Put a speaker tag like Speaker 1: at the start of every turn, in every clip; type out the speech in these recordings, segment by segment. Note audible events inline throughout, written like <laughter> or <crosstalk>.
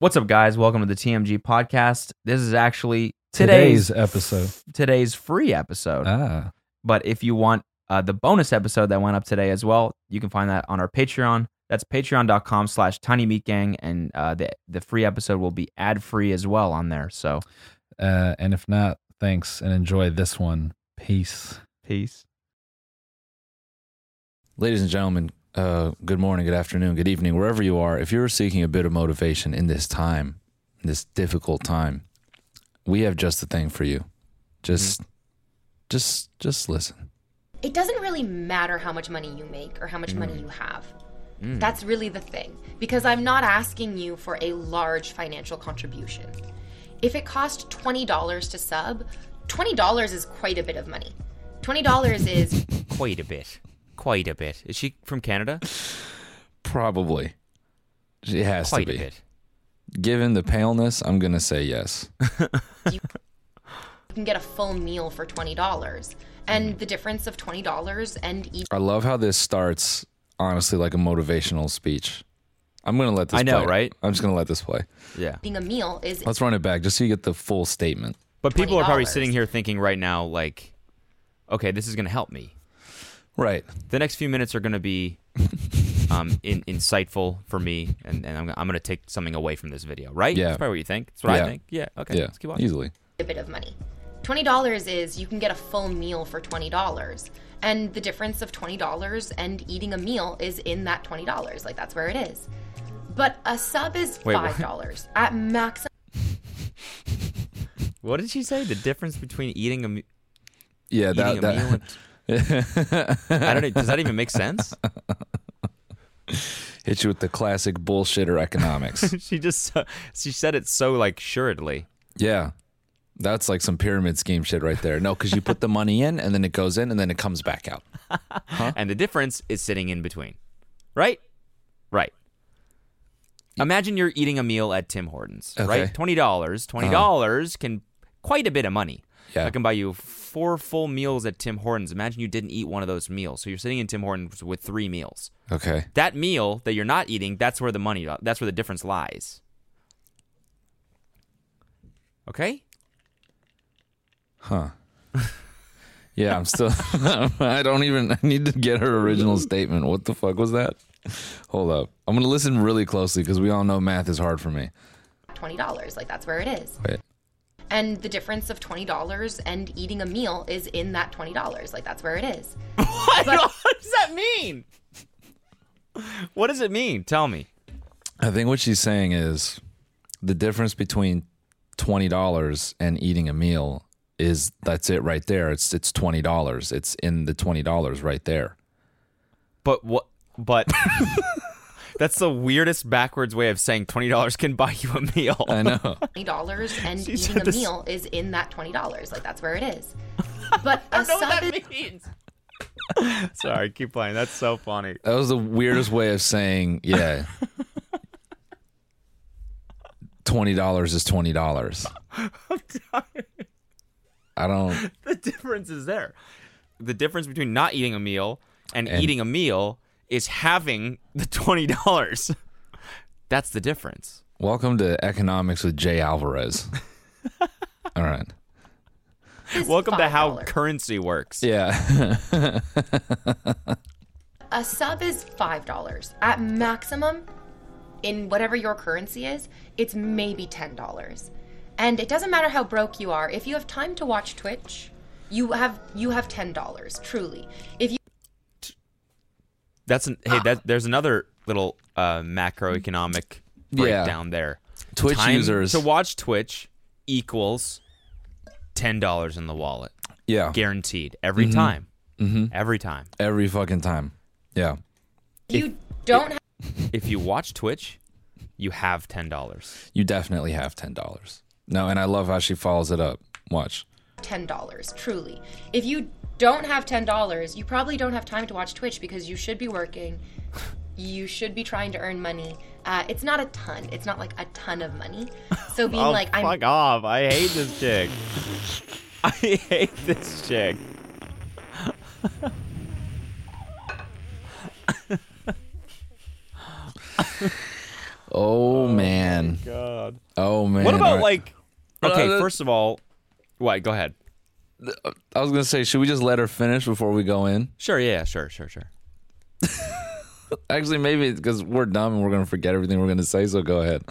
Speaker 1: What's up, guys? Welcome to the TMG podcast. This is actually today's
Speaker 2: Today's episode.
Speaker 1: today's free episode.
Speaker 2: Ah,
Speaker 1: but if you want uh, the bonus episode that went up today as well, you can find that on our Patreon. That's patreon.com slash tiny meat gang. And uh, the, the free episode will be ad free as well on there. So
Speaker 2: uh, and if not, thanks and enjoy this one. Peace.
Speaker 1: peace.
Speaker 3: Ladies and gentlemen, uh, good morning, good afternoon, good evening, wherever you are. If you're seeking a bit of motivation in this time, this difficult time, we have just the thing for you. Just,
Speaker 2: Mm-hmm.
Speaker 3: just, just listen.
Speaker 4: it doesn't really matter how much money you make or how much money you have. That's really the thing. Because I'm not asking you for a large financial contribution. If it cost $20 to sub, $20 is quite a bit of money. $20 is
Speaker 1: Quite a bit. Quite a bit. Is she from Canada?
Speaker 3: Probably, it has to be. Given the paleness, I'm gonna say yes.
Speaker 4: you can get a full meal for $20. And the difference of $20 and each
Speaker 3: I love how this starts. Honestly, like a motivational speech. I'm gonna let this.
Speaker 1: I know,
Speaker 3: play.
Speaker 1: right?
Speaker 3: I'm just gonna let this play.
Speaker 1: Yeah.
Speaker 4: being a meal is
Speaker 3: Let's run it back just so you get the full statement.
Speaker 1: But people are probably
Speaker 4: $20.
Speaker 1: sitting here thinking right now, like, okay, this is going to help me.
Speaker 3: Right.
Speaker 1: The next few minutes are going to
Speaker 3: <laughs>
Speaker 1: be um, in, insightful for me, and, and I'm, I'm going to take something away from this video, right?
Speaker 3: Yeah.
Speaker 1: That's probably what you think. That's what I
Speaker 3: Yeah.
Speaker 1: think. Yeah. Okay.
Speaker 3: yeah.
Speaker 1: Let's keep on.
Speaker 3: Easily.
Speaker 4: a bit of money. $20 is you can get a full meal for $20. And the difference of $20 and eating a meal is in that $20. Like that's where it is. But a sub is
Speaker 1: Wait, what?
Speaker 4: $5 at maximum.
Speaker 1: What did she say? The difference between eating a, me-
Speaker 3: Yeah.
Speaker 1: eating
Speaker 3: That.
Speaker 1: a
Speaker 3: that
Speaker 1: meal
Speaker 3: <laughs>
Speaker 1: and I don't know. Does that even make sense? <laughs>
Speaker 3: hit you with the classic
Speaker 1: <laughs>
Speaker 3: bullshitter economics.
Speaker 1: she just she said it so like assuredly.
Speaker 3: yeah. That's like some pyramid scheme shit right there. No, because you put the money in and then it goes in and then it comes back out.
Speaker 1: And the difference is sitting in between. Right? Right. Imagine you're eating a meal at Tim Hortons,
Speaker 3: Okay. Uh-huh.
Speaker 1: right? Twenty dollars. Twenty dollars can quite a bit of money.
Speaker 3: Yeah.
Speaker 1: I can buy you four full meals at Tim Hortons. Imagine you didn't eat one of those meals. So you're sitting in Tim Hortons with three meals.
Speaker 3: Okay.
Speaker 1: That meal that you're not eating, that's where the money that's where the difference lies. Okay?
Speaker 3: Yeah, I'm still. <laughs> I don't even. I need to get her original statement. What the fuck was that? Hold up. I'm gonna listen really closely because we all know math is hard for me.
Speaker 4: $20. Like that's where it is.
Speaker 3: Wait.
Speaker 4: And the difference of $20 and eating a meal is in that $20. Like that's where it is.
Speaker 1: <laughs> What, does that mean? What does it mean? Tell me.
Speaker 3: I think what she's saying is the difference between twenty dollars and eating a meal is that's it right there. It's it's twenty dollars. It's in the twenty dollars right there.
Speaker 1: But what? <laughs> But that's the weirdest backwards way of saying twenty dollars can buy you a meal. <laughs>
Speaker 3: I know.
Speaker 4: $20 and
Speaker 1: said
Speaker 4: eating a
Speaker 1: this-
Speaker 4: meal is in that $20. Like that's where it
Speaker 1: <laughs>
Speaker 4: is. But a
Speaker 1: know
Speaker 4: sub
Speaker 1: what
Speaker 4: is
Speaker 1: that means. Sorry, keep playing. That's so funny.
Speaker 3: That was the weirdest way of saying, yeah. Twenty dollars is twenty dollars. I don't.
Speaker 1: <laughs> The difference is there. The difference between not eating a meal and,
Speaker 3: And-
Speaker 1: eating a meal is having the twenty dollars. <laughs> That's the difference.
Speaker 3: Welcome to economics with Jay Alvarez. All right.
Speaker 4: is
Speaker 1: Welcome to how
Speaker 4: $5.
Speaker 1: currency works.
Speaker 3: Yeah. <laughs>
Speaker 4: A sub is $5. At maximum, in whatever your currency is, it's maybe $10. And it doesn't matter how broke you are. If you have time to watch Twitch, you have you have $10, truly. If you
Speaker 1: That's an, hey. That, there's another little uh, macroeconomic
Speaker 3: Yeah.
Speaker 1: breakdown there.
Speaker 3: Twitch
Speaker 1: Time
Speaker 3: users.
Speaker 1: to watch Twitch equals ten dollars in the wallet,
Speaker 3: yeah.
Speaker 1: guaranteed every time. Mm-hmm. Every time.
Speaker 3: Every fucking time. Yeah.
Speaker 4: you don't have
Speaker 1: If you watch Twitch, you have ten dollars.
Speaker 3: You definitely have ten dollars. No, and I love how she follows it up. Watch.
Speaker 4: $10, truly. If you don't have $10, you probably don't have time to watch Twitch because you should be working. You should be trying to earn money. Uh, it's not a ton. It's not like a ton of money. So being like, I'm
Speaker 1: Oh, off! I hate this chick. <laughs> I hate this chick.
Speaker 3: Oh, man. man.
Speaker 5: God.
Speaker 3: Oh man.
Speaker 5: What
Speaker 3: All
Speaker 5: about
Speaker 3: right.
Speaker 5: like?
Speaker 1: Okay,
Speaker 3: Uh,
Speaker 1: first of all, what? Go ahead.
Speaker 3: I was gonna say, should we just let her finish before we go in?
Speaker 1: Sure, yeah, sure, sure, sure.
Speaker 3: Actually, maybe because we're dumb and we're gonna forget everything we're gonna say. So go ahead.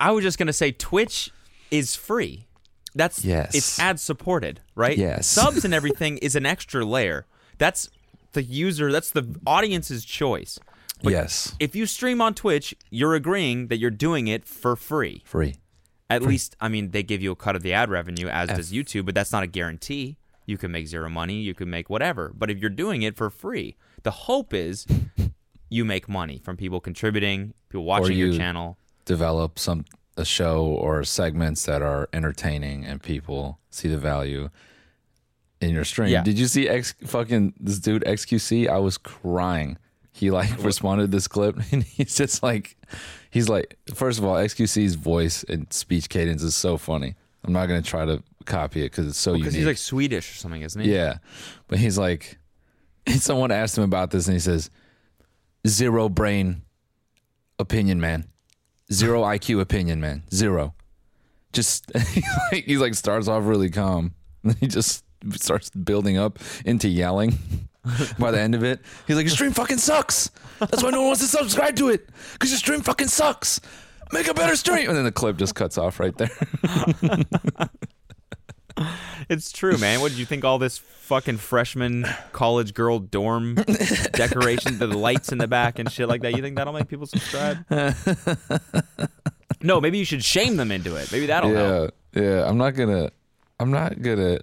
Speaker 1: I was just gonna say Twitch is free. That's
Speaker 3: Yes.
Speaker 1: It's ad supported, right?
Speaker 3: Yes.
Speaker 1: Subs <laughs> and everything is an extra layer. That's the user. That's the audience's choice. But
Speaker 3: yes,
Speaker 1: If you stream on Twitch, you're agreeing that you're doing it for free.
Speaker 3: free.
Speaker 1: At least, I mean, they give you a cut of the ad revenue, as does YouTube, but that's not a guarantee. You can make zero money, you can make whatever. But if you're doing it for free, the hope is you make money from people contributing, people watching your
Speaker 3: you-
Speaker 1: channel.
Speaker 3: Develop some a show or segments that are entertaining and people see the value in your stream.
Speaker 1: Yeah.
Speaker 3: Did you see X fucking this dude XQC? I was crying. He like <laughs> responded to this clip and he's just like, he's like, first of all, XQC's voice and speech cadence is so funny. I'm not gonna try to copy it because it's so
Speaker 1: Because
Speaker 3: unique.
Speaker 1: he's like Swedish or something, isn't he?
Speaker 3: Yeah. But he's like, <laughs> and someone asked him about this and he says, zero brain opinion, man. Zero IQ opinion, man. Zero. Just, <laughs> like, he's like, starts off really calm. <laughs> Then he just starts building up into yelling. <laughs> By the end of it, he's like, your stream fucking sucks. That's why no one wants to subscribe to it. Because your stream fucking sucks. Make a better stream. And then the clip just cuts off right there.
Speaker 1: It's true, man. What did you think all this fucking freshman college girl
Speaker 3: <laughs>
Speaker 1: dorm decoration, the lights in the back and shit like that? You think that'll make people
Speaker 3: <laughs>
Speaker 1: subscribe? no, maybe you should shame them into it. Maybe that'll
Speaker 3: yeah,
Speaker 1: help.
Speaker 3: Yeah, I'm not gonna, I'm not gonna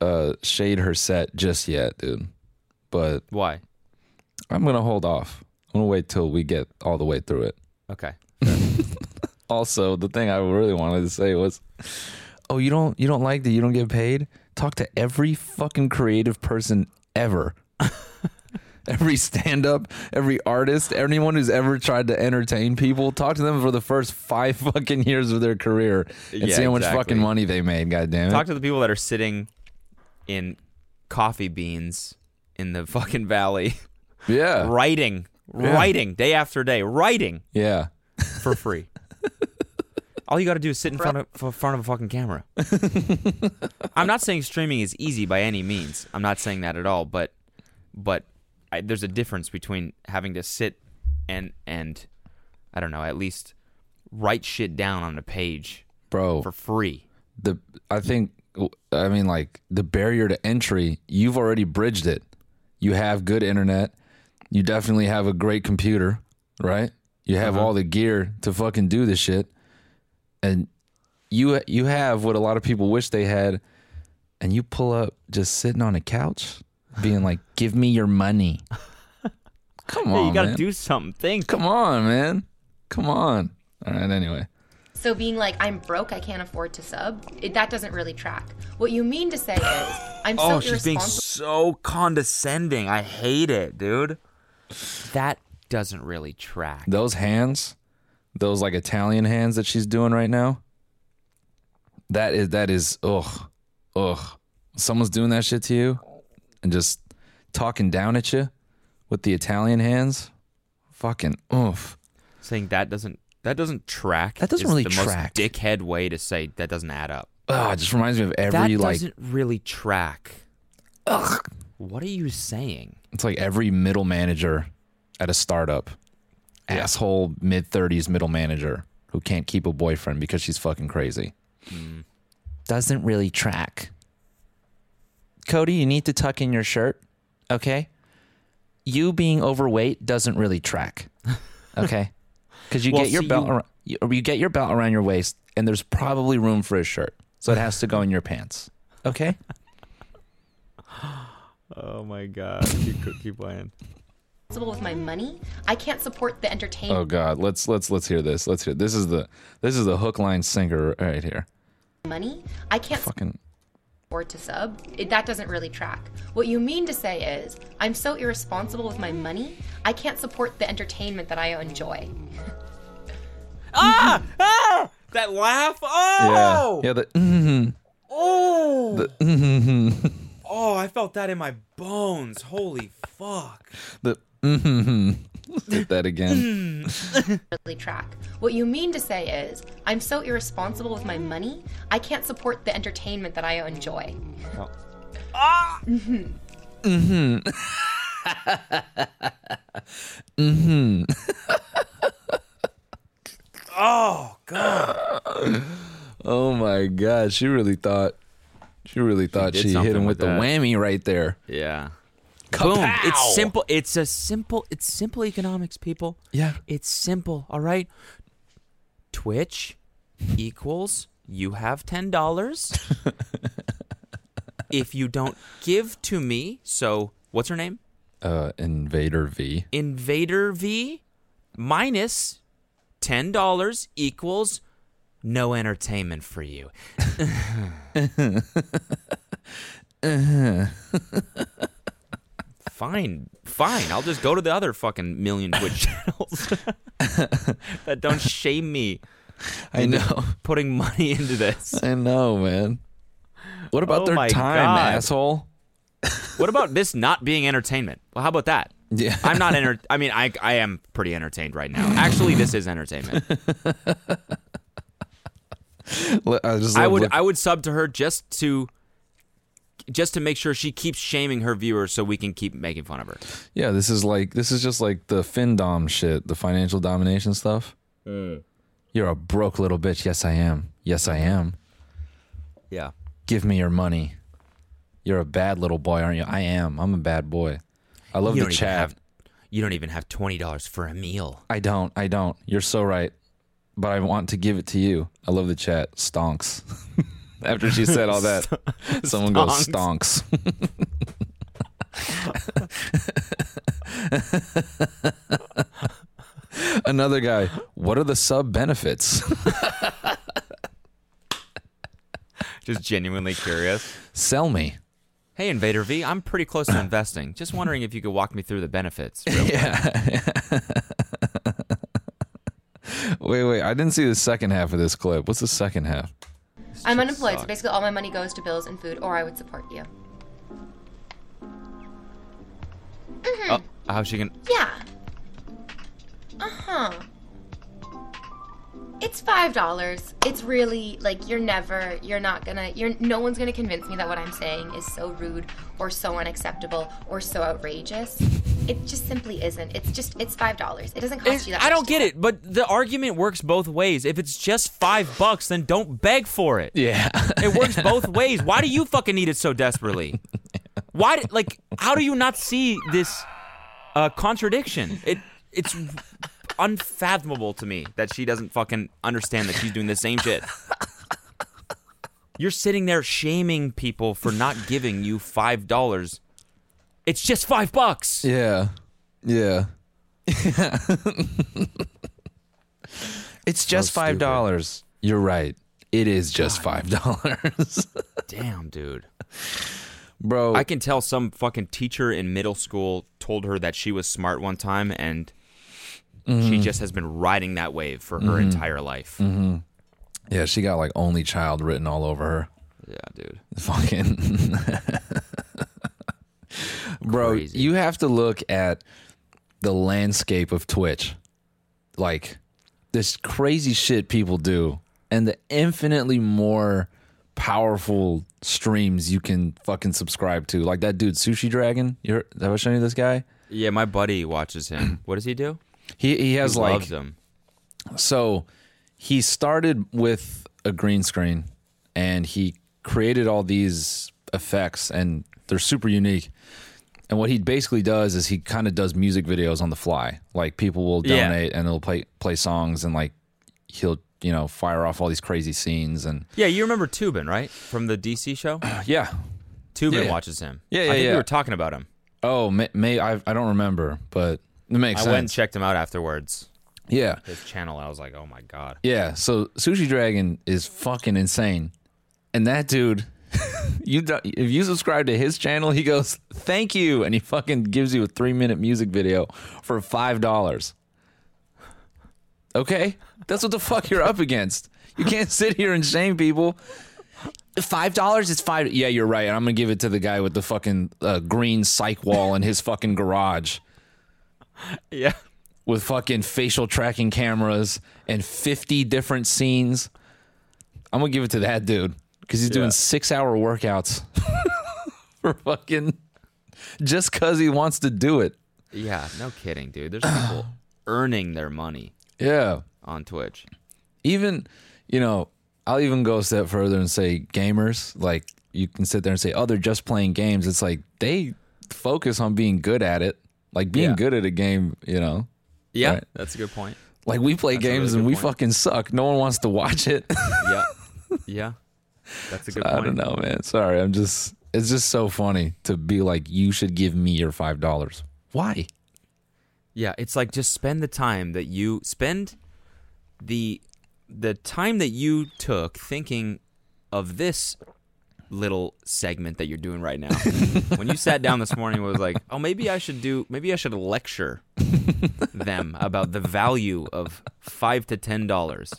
Speaker 3: uh, shade her set just yet, dude. But
Speaker 1: Why?
Speaker 3: I'm gonna hold off. I'm gonna wait till we get all the way through it.
Speaker 1: Okay.
Speaker 3: Also, the thing I really wanted to say was, oh, you don't, you don't like that you don't get paid? Talk to every fucking creative person ever. <laughs> Every stand up, every artist, anyone who's ever tried to entertain people, talk to them for the first five <laughs> fucking years of their career and
Speaker 1: Yeah,
Speaker 3: see how much
Speaker 1: exactly.
Speaker 3: fucking money they made, goddammit.
Speaker 1: Talk to the people that are sitting in coffee beans in the fucking valley,
Speaker 3: yeah.
Speaker 1: writing, writing day after day, writing
Speaker 3: Yeah.
Speaker 1: for free. All you got to do is sit in front of f- front of a fucking camera. I'm not saying streaming is easy by any means. I'm not saying that at all. But but I, there's a difference between having to sit and and I don't know, at least write shit down on a page
Speaker 3: Bro,
Speaker 1: for free.
Speaker 3: the I think I mean like the barrier to entry, you've already bridged it. You have good internet. You definitely have a great computer, right? You have
Speaker 1: Mm-hmm.
Speaker 3: all the gear to fucking do this shit. And you you have what a lot of people wish they had and you pull up just sitting on a couch
Speaker 1: <laughs>
Speaker 3: being like, "Give me your money." Come on.
Speaker 1: Yeah, you got to
Speaker 3: man.
Speaker 1: do something. Think.
Speaker 3: Come on, man. Come on. All right, anyway.
Speaker 4: So being like, I'm broke, I can't afford to sub, it, that doesn't really track. What you mean to say is, I'm so
Speaker 1: Oh, she's being
Speaker 4: irresponsible.
Speaker 1: so condescending. I hate it, dude. That doesn't really track.
Speaker 3: those hands, those like Italian hands that she's doing right now. That is that is ugh, ugh. Someone's doing that shit to you, and just talking down at you with the Italian hands. Fucking oof.
Speaker 1: saying that doesn't that doesn't track.
Speaker 3: That doesn't
Speaker 1: is
Speaker 3: really
Speaker 1: the
Speaker 3: track.
Speaker 1: Most dickhead way to say that doesn't add up.
Speaker 3: Ah, it just reminds me of
Speaker 1: that
Speaker 3: every like
Speaker 1: doesn't really track. Ugh. What are you saying?
Speaker 3: it's like every middle manager at a startup, asshole mid thirties middle manager who can't keep a boyfriend because she's fucking crazy. Hmm. Doesn't really track. Cody, you need to tuck in your shirt, okay? You being overweight doesn't really <laughs> track, okay? Because you
Speaker 1: Well,
Speaker 3: get your
Speaker 1: see,
Speaker 3: belt
Speaker 1: you-
Speaker 3: around, you, you get your belt around your waist, and there's probably room for a shirt, so it has to go in your pants, okay?
Speaker 1: Oh my god, keep keep playing.
Speaker 4: responsible with my money. I can't support the
Speaker 3: Oh
Speaker 4: entertainment
Speaker 3: God, let's let's let's hear this. Let's hear this is the this is the hook line sinker right here.
Speaker 1: Oh.
Speaker 4: money. I can't
Speaker 3: Fucking
Speaker 4: afford to sub. It, that doesn't really track. What you mean to say is, I'm so irresponsible with my money. I can't support the entertainment that I enjoy.
Speaker 1: That laugh. Oh,
Speaker 3: yeah, yeah. The, mhm.
Speaker 1: oh, oh! I felt that in my bones. Holy fuck!
Speaker 3: <laughs> the mhm. did that again.
Speaker 4: really track. What you mean to say is, I'm so irresponsible with my money, I can't support the entertainment that I enjoy.
Speaker 3: oh my god, she really thought she really thought
Speaker 1: did
Speaker 3: she, hit
Speaker 1: something
Speaker 3: him
Speaker 1: with
Speaker 3: with the
Speaker 1: that.
Speaker 3: whammy right there.
Speaker 1: Yeah. Boom. It's simple. It's a simple. It's simple economics, people.
Speaker 3: Yeah.
Speaker 1: It's simple. All right. Twitch equals you have ten dollars. if you don't give to me, so what's her name?
Speaker 3: Uh Invader V.
Speaker 1: Invader V minus ten dollars equals no entertainment for you. <laughs> fine, fine. I'll just go to the other fucking million Twitch channels <laughs> that don't shame me
Speaker 3: I know.
Speaker 1: putting money into this.
Speaker 3: <laughs> I know, man. What about
Speaker 1: Oh
Speaker 3: their
Speaker 1: my
Speaker 3: time,
Speaker 1: God.
Speaker 3: asshole?
Speaker 1: What about this not being entertainment? Well, how about that?
Speaker 3: Yeah.
Speaker 1: I'm not enter. I mean, I I am pretty entertained right now. Actually, this is entertainment.
Speaker 3: Look, <laughs> I, just
Speaker 1: I
Speaker 3: love
Speaker 1: would
Speaker 3: look-
Speaker 1: I would sub to her just to just to make sure she keeps shaming her viewers so we can keep making fun of her.
Speaker 3: yeah, this is like this is just like the FinDom shit, the financial domination stuff. You're a broke little bitch. Yes, I am. Yes, I am.
Speaker 1: Yeah.
Speaker 3: Give me your money. You're a bad little boy, aren't you? I am. I'm a bad boy. I love
Speaker 1: You
Speaker 3: the
Speaker 1: don't even
Speaker 3: chat.
Speaker 1: have you don't even have twenty dollars for a meal.
Speaker 3: I don't. I don't. You're so right. But I want to give it to you. I love the chat. Stonks. <laughs> After she said all that, someone goes stonks. <laughs> Another guy. What are the sub benefits?
Speaker 1: Just genuinely curious.
Speaker 3: Sell me.
Speaker 1: Hey Invader V, I'm pretty close to investing. Just wondering if you could walk me through the <laughs> benefits. real
Speaker 3: <laughs>
Speaker 1: quick.
Speaker 3: Wait, wait. I didn't see the second half of this clip. What's the second half?
Speaker 4: I'm unemployed, so basically all my money goes to bills and food, or I would support you.
Speaker 1: Oh, how's she gonna
Speaker 4: Yeah. Uh huh. It's five dollars. It's really like you're never, you're not gonna, you're no one's gonna convince me that what I'm saying is so rude or so unacceptable or so outrageous. It just simply isn't. It's just, it's five dollars. It doesn't cost
Speaker 1: It's-
Speaker 4: you that.
Speaker 1: I
Speaker 4: much
Speaker 1: don't
Speaker 4: to
Speaker 1: get it, but the argument works both ways. If it's just five bucks, then don't beg for it.
Speaker 3: Yeah.
Speaker 1: It works both ways. Why do you fucking need it so desperately? Why, d- like, how do you not see this uh, contradiction? It it's unfathomable to me that she doesn't fucking understand that she's doing the same shit. You're sitting there shaming people for not giving you five dollars. It's just five bucks.
Speaker 3: Yeah. Yeah. <laughs> it's just five dollars. You're right. It is just five dollars.
Speaker 1: Damn, dude.
Speaker 3: Bro,
Speaker 1: I can tell some fucking teacher in middle school told her that she was smart one time and she
Speaker 3: Mm-hmm.
Speaker 1: just has been riding that wave for her entire life.
Speaker 3: Yeah, she got like only child written all over her.
Speaker 1: Yeah, dude. <laughs>
Speaker 3: Fucking Bro,
Speaker 1: Crazy.
Speaker 3: you have to look at the landscape of Twitch. Like this crazy shit people do and the infinitely more powerful streams you can fucking subscribe to. Like that dude Sushi Dragon, you heard, have I shown you this guy?
Speaker 1: Yeah, my buddy watches
Speaker 3: <clears throat>
Speaker 1: him. what does he do?
Speaker 3: He he has like
Speaker 1: Loves him.
Speaker 3: so he started with a green screen and he created all these effects and they're super unique. And what he basically does is he kind of does music videos on the fly. Like people will
Speaker 1: Yeah.
Speaker 3: donate and they'll play play songs and like he'll, you know, fire off all these crazy scenes and
Speaker 1: Yeah, you remember Tubin, right? From the DC
Speaker 3: <clears throat>
Speaker 1: show?
Speaker 3: yeah.
Speaker 1: Tubin
Speaker 3: yeah.
Speaker 1: watches him.
Speaker 3: Yeah,
Speaker 1: I
Speaker 3: yeah,
Speaker 1: think
Speaker 3: yeah.
Speaker 1: we were talking about him.
Speaker 3: Oh, may, may I I don't remember, but it makes
Speaker 1: I
Speaker 3: sense.
Speaker 1: went and checked him out afterwards.
Speaker 3: yeah.
Speaker 1: His channel, I was like, oh my
Speaker 3: <laughs>
Speaker 1: God.
Speaker 3: Yeah, so Sushi Dragon is fucking insane. And that dude, <laughs> you do- if you subscribe to his channel, he goes, "Thank you." And he fucking gives you a 3-minute music video for $5. Okay? That's what the fuck you're up against. You can't <laughs> sit here and shame people. Five dollars is five. Yeah, you're right. And I'm gonna give it to the guy with the fucking uh, green psych wall in his fucking garage
Speaker 1: Yeah.
Speaker 3: with fucking facial tracking cameras and 50 different scenes. I'm gonna give it to that dude because he's doing six hour workouts <laughs> for fucking just because he wants to do it.
Speaker 1: Yeah, no kidding, dude. There's
Speaker 3: <clears throat>
Speaker 1: people earning their money
Speaker 3: Yeah.
Speaker 1: on Twitch.
Speaker 3: even you know i'll even go a step further and say gamers like you can sit there and say oh they're just playing games it's like they focus on being good at it like being
Speaker 1: Yeah.
Speaker 3: good at a game you know
Speaker 1: Yeah,
Speaker 3: Right.
Speaker 1: that's a good point.
Speaker 3: like we play
Speaker 1: a
Speaker 3: games
Speaker 1: really
Speaker 3: and
Speaker 1: good
Speaker 3: we
Speaker 1: point.
Speaker 3: fucking suck no one wants to watch it
Speaker 1: Yeah, yeah, that's a good
Speaker 3: i
Speaker 1: point.
Speaker 3: don't know man sorry i'm just it's just so funny to be like you should give me your five dollars why
Speaker 1: Yeah, it's like just spend the time that you spend the the time that you took thinking of this little segment that you're doing right
Speaker 3: <laughs>
Speaker 1: now. when you sat down this morning it was like, "Oh, maybe I should do maybe I should lecture them about the value of 5 to 10 dollars."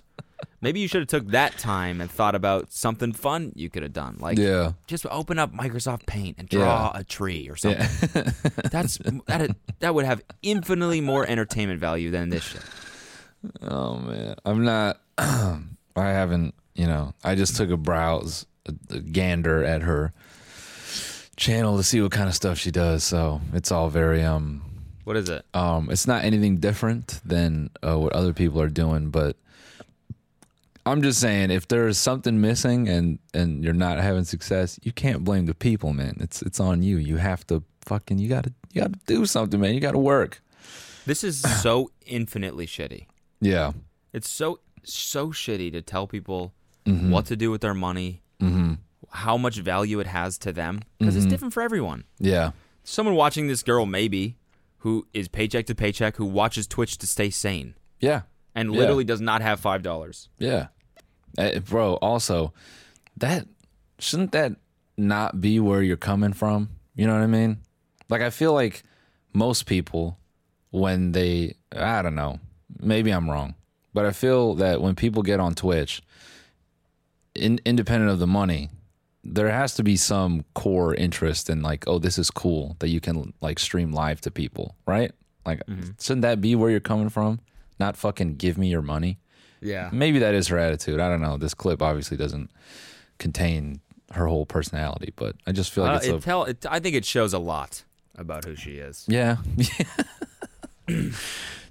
Speaker 1: Maybe you should have took that time and thought about something fun you could have done. Like
Speaker 3: yeah
Speaker 1: just open up Microsoft Paint and draw a tree or something. That's that that would have infinitely more entertainment value than this shit.
Speaker 3: Oh man, I'm not. <clears throat> I haven't. You know, I just took a browse, a, a gander at her channel to see what kind of stuff she does. So it's all very um
Speaker 1: What is it?
Speaker 3: um. It's not anything different than uh, what other people are doing, but I'm just saying if there is something missing and and you're not having success, you can't blame the people, man. It's it's on you. You have to fucking you gotta you gotta do something, man. You gotta work.
Speaker 1: This is so infinitely shitty.
Speaker 3: Yeah.
Speaker 1: It's so so shitty to tell people what to do with their money, how much value it has to them, because it's different for everyone.
Speaker 3: Yeah.
Speaker 1: Someone watching this girl maybe who is paycheck to paycheck who watches Twitch to stay sane
Speaker 3: Yeah.
Speaker 1: and
Speaker 3: Yeah.
Speaker 1: literally does not have five dollars.
Speaker 3: Yeah. Eh, bro, also, that shouldn't that not be where you're coming from? You know what I mean? Like I feel like most people when they I don't know, maybe I'm wrong, but I feel that when people get on Twitch in, independent of the money, there has to be some core interest in like, oh, this is cool that you can like stream live to people, right? Like shouldn't that be where you're coming from? Not fucking give me your money
Speaker 1: Yeah.
Speaker 3: maybe that is her attitude. I don't know. This clip obviously doesn't contain her whole personality, but I just feel like it's
Speaker 1: Uh, it
Speaker 3: a
Speaker 1: tell, it, I think it shows a lot about who she is.
Speaker 3: <laughs> yeah. you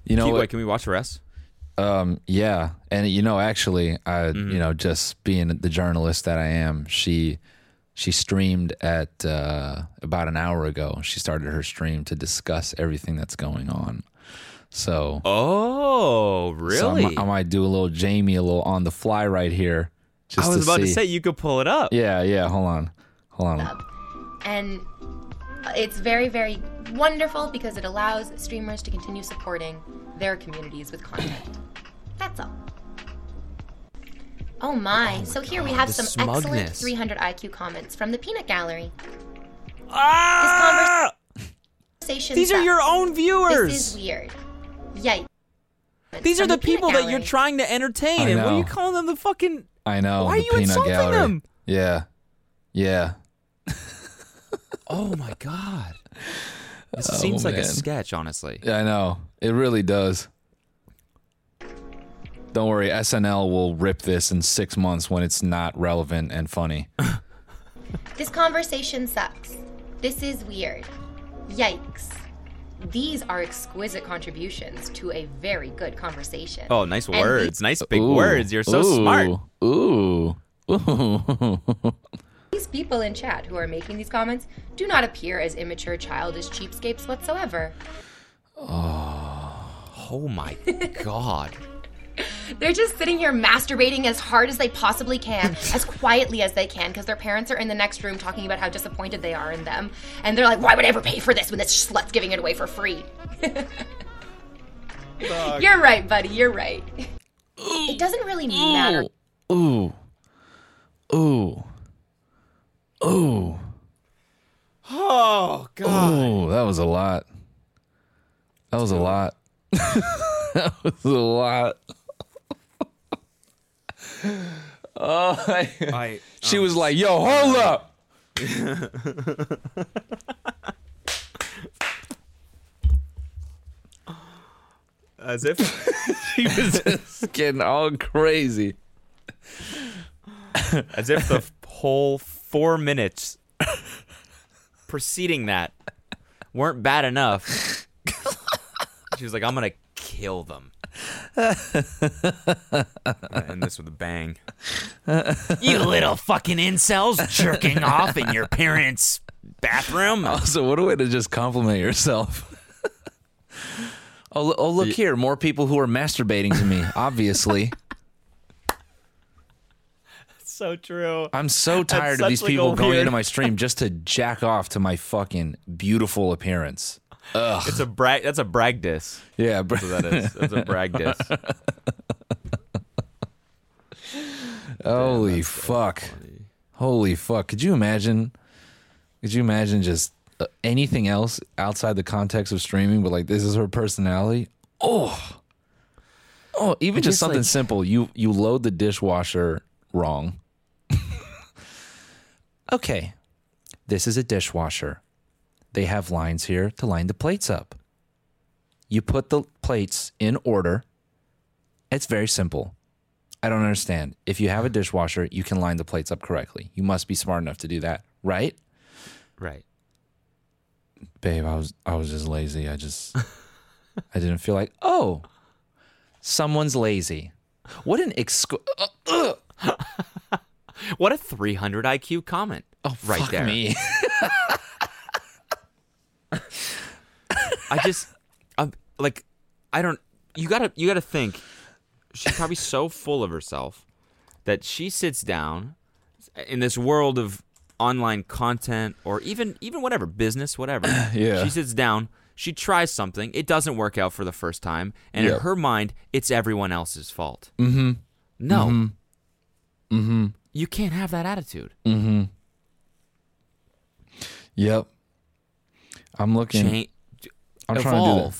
Speaker 3: know,
Speaker 1: Keep-
Speaker 3: what?
Speaker 1: wait, can we watch the rest?
Speaker 3: um, yeah, and you know, actually, I
Speaker 1: Mm-hmm.
Speaker 3: you know, just being the journalist that I am, she she streamed at uh, about an hour ago. She started her stream to discuss everything that's going on. So
Speaker 1: Oh,
Speaker 3: so I
Speaker 1: really?
Speaker 3: might- I, might do a little Jamie, a little on the fly right here. Just
Speaker 1: I was about to
Speaker 3: see.
Speaker 1: say you could pull it up.
Speaker 3: Yeah, yeah. Hold on, hold on.
Speaker 4: and it's very very wonderful because it allows streamers to continue supporting their communities with content that's all oh my, so here we have
Speaker 1: the
Speaker 4: some excellent
Speaker 1: smugness.
Speaker 4: 300 iq comments from the peanut gallery
Speaker 1: Ah!
Speaker 4: Conversation
Speaker 1: These are
Speaker 4: sucks.
Speaker 1: your own
Speaker 4: this
Speaker 1: viewers.
Speaker 4: is weird yikes
Speaker 1: These are
Speaker 4: From
Speaker 1: the
Speaker 4: Peanut
Speaker 1: people that you're
Speaker 4: Gallery.
Speaker 1: trying to entertain.
Speaker 3: I
Speaker 1: And what are you
Speaker 3: know.
Speaker 1: calling them? The fucking.
Speaker 3: I know.
Speaker 1: Why are
Speaker 3: the
Speaker 1: you
Speaker 3: peanut
Speaker 1: insulting
Speaker 3: gallery.
Speaker 1: them?
Speaker 3: Yeah, yeah.
Speaker 1: Oh my god. This seems like a
Speaker 3: Oh, man.
Speaker 1: sketch, honestly.
Speaker 3: Yeah, I know. It really does. Don't worry, SNL will rip this in six months when it's not relevant and funny.
Speaker 4: This conversation sucks. This is weird. Yikes. These are exquisite contributions to a very good conversation.
Speaker 1: Oh, nice
Speaker 4: And
Speaker 1: words. Nice big
Speaker 3: Uh, Ooh.
Speaker 1: words. You're so smart.
Speaker 3: Ooh. Ooh. Ooh.
Speaker 4: These people in chat who are making these comments do not appear as immature, childish cheapskates whatsoever.
Speaker 1: Oh
Speaker 4: <laughs>
Speaker 1: my god.
Speaker 4: They're just sitting here masturbating as hard as they possibly can, as quietly as they can, because their parents are in the next room talking about how disappointed they are in them. And they're like, why would I ever pay for this when this slut's giving it away for free? you're right, buddy, you're right. It doesn't really matter
Speaker 3: Ooh. Ooh. Ooh.
Speaker 1: Oh god.
Speaker 3: Ooh, that was a lot. That was a lot. <laughs> that was a lot. <laughs> oh, I-
Speaker 1: I,
Speaker 3: she was like, "Yo, hold up."
Speaker 1: as if.
Speaker 3: She was just getting all crazy.
Speaker 1: As if the f- whole four minutes preceding that weren't bad enough. She was like, I'm going to kill them. I'm gonna end this with a bang. you <laughs> little fucking incels <laughs> jerking off in your parents' bathroom.
Speaker 3: Also, what a way to just compliment yourself. <laughs> oh, lo- oh, look here. More people who are masturbating to me,
Speaker 1: <laughs>
Speaker 3: obviously.
Speaker 1: so true.
Speaker 3: I'm so tired
Speaker 1: such
Speaker 3: of these
Speaker 1: like a
Speaker 3: people going
Speaker 1: weird-
Speaker 3: into my stream just to jack off to my fucking beautiful appearance.
Speaker 1: It's a brag. That's a brag diss.
Speaker 3: Yeah, bro. <laughs>
Speaker 1: That is. That's a brag diss.
Speaker 3: Holy fuck. Holy fuck. Could you imagine? Could you imagine just uh, anything else outside the context of streaming, but like this is her personality? Oh. Oh, even just
Speaker 1: guess,
Speaker 3: something
Speaker 1: like-
Speaker 3: simple. You you load the dishwasher wrong. <laughs> okay. This is a dishwasher. They have lines here to line the plates up. You put the plates in order. It's very simple. I don't understand. If you have a dishwasher, you can line the plates up correctly. You must be smart enough to do that, right?
Speaker 1: Right.
Speaker 3: Babe, I was I was just lazy. I just <laughs> I didn't feel like, "Oh, someone's lazy." What an exqu- uh,
Speaker 1: What a 300 IQ comment.
Speaker 3: oh,
Speaker 1: right
Speaker 3: fuck
Speaker 1: there.
Speaker 3: <laughs> me.
Speaker 1: I just, I'm like, I don't. You gotta, you gotta think. She's probably so full of herself that she sits down in this world of online content or even, even whatever business, whatever.
Speaker 3: <clears throat> Yeah.
Speaker 1: She sits down. She tries something. It doesn't work out for the first time, and in
Speaker 3: Yep.
Speaker 1: her mind, it's everyone else's fault. Mm-hmm. No. Mm-hmm.
Speaker 3: Mm-hmm.
Speaker 1: You can't have that attitude.
Speaker 3: Mm. yep. I'm looking
Speaker 1: Change,
Speaker 3: I'm
Speaker 1: evolve,
Speaker 3: trying to do that.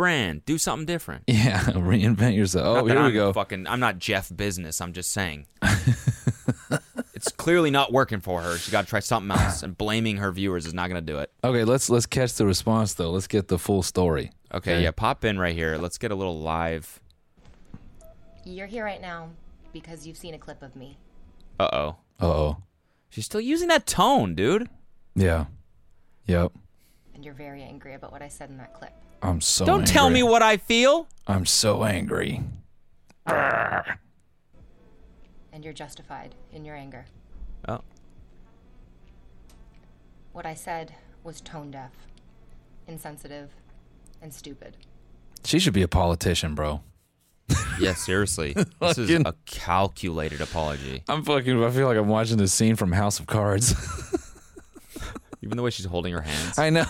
Speaker 1: rebrand, do something different.
Speaker 3: <laughs> Yeah, reinvent yourself. Oh,
Speaker 1: Not that
Speaker 3: here we
Speaker 1: I'm
Speaker 3: <laughs> go.
Speaker 1: Fucking, I'm not Jeff Business. I'm just saying. <laughs> it's clearly not working for her. She got to try something else, and blaming her viewers is not going to do it.
Speaker 3: Okay, let's let's catch the response though. Let's get the full story.
Speaker 1: Okay, yeah, pop in right here. Let's get a little live.
Speaker 4: You're here right now because you've seen a clip of me.
Speaker 1: Uh oh,
Speaker 3: Uh-oh.
Speaker 1: she's still using that tone, dude.
Speaker 3: Yeah. Yep.
Speaker 4: And you're very angry about what I said in that clip.
Speaker 3: I'm so
Speaker 1: Don't tell
Speaker 3: angry.
Speaker 1: me what I feel.
Speaker 3: I'm so angry.
Speaker 4: And you're justified in your anger.
Speaker 1: Oh,
Speaker 4: What I said was tone deaf, insensitive, and stupid.
Speaker 3: She should be a politician, bro.
Speaker 1: yeah, <laughs> seriously. this is
Speaker 3: Fucking-
Speaker 1: a calculated apology.
Speaker 3: I'm fucking. I feel like I'm watching this scene from House of Cards. <laughs>
Speaker 1: Even the way she's holding her <laughs> hands.
Speaker 3: I know.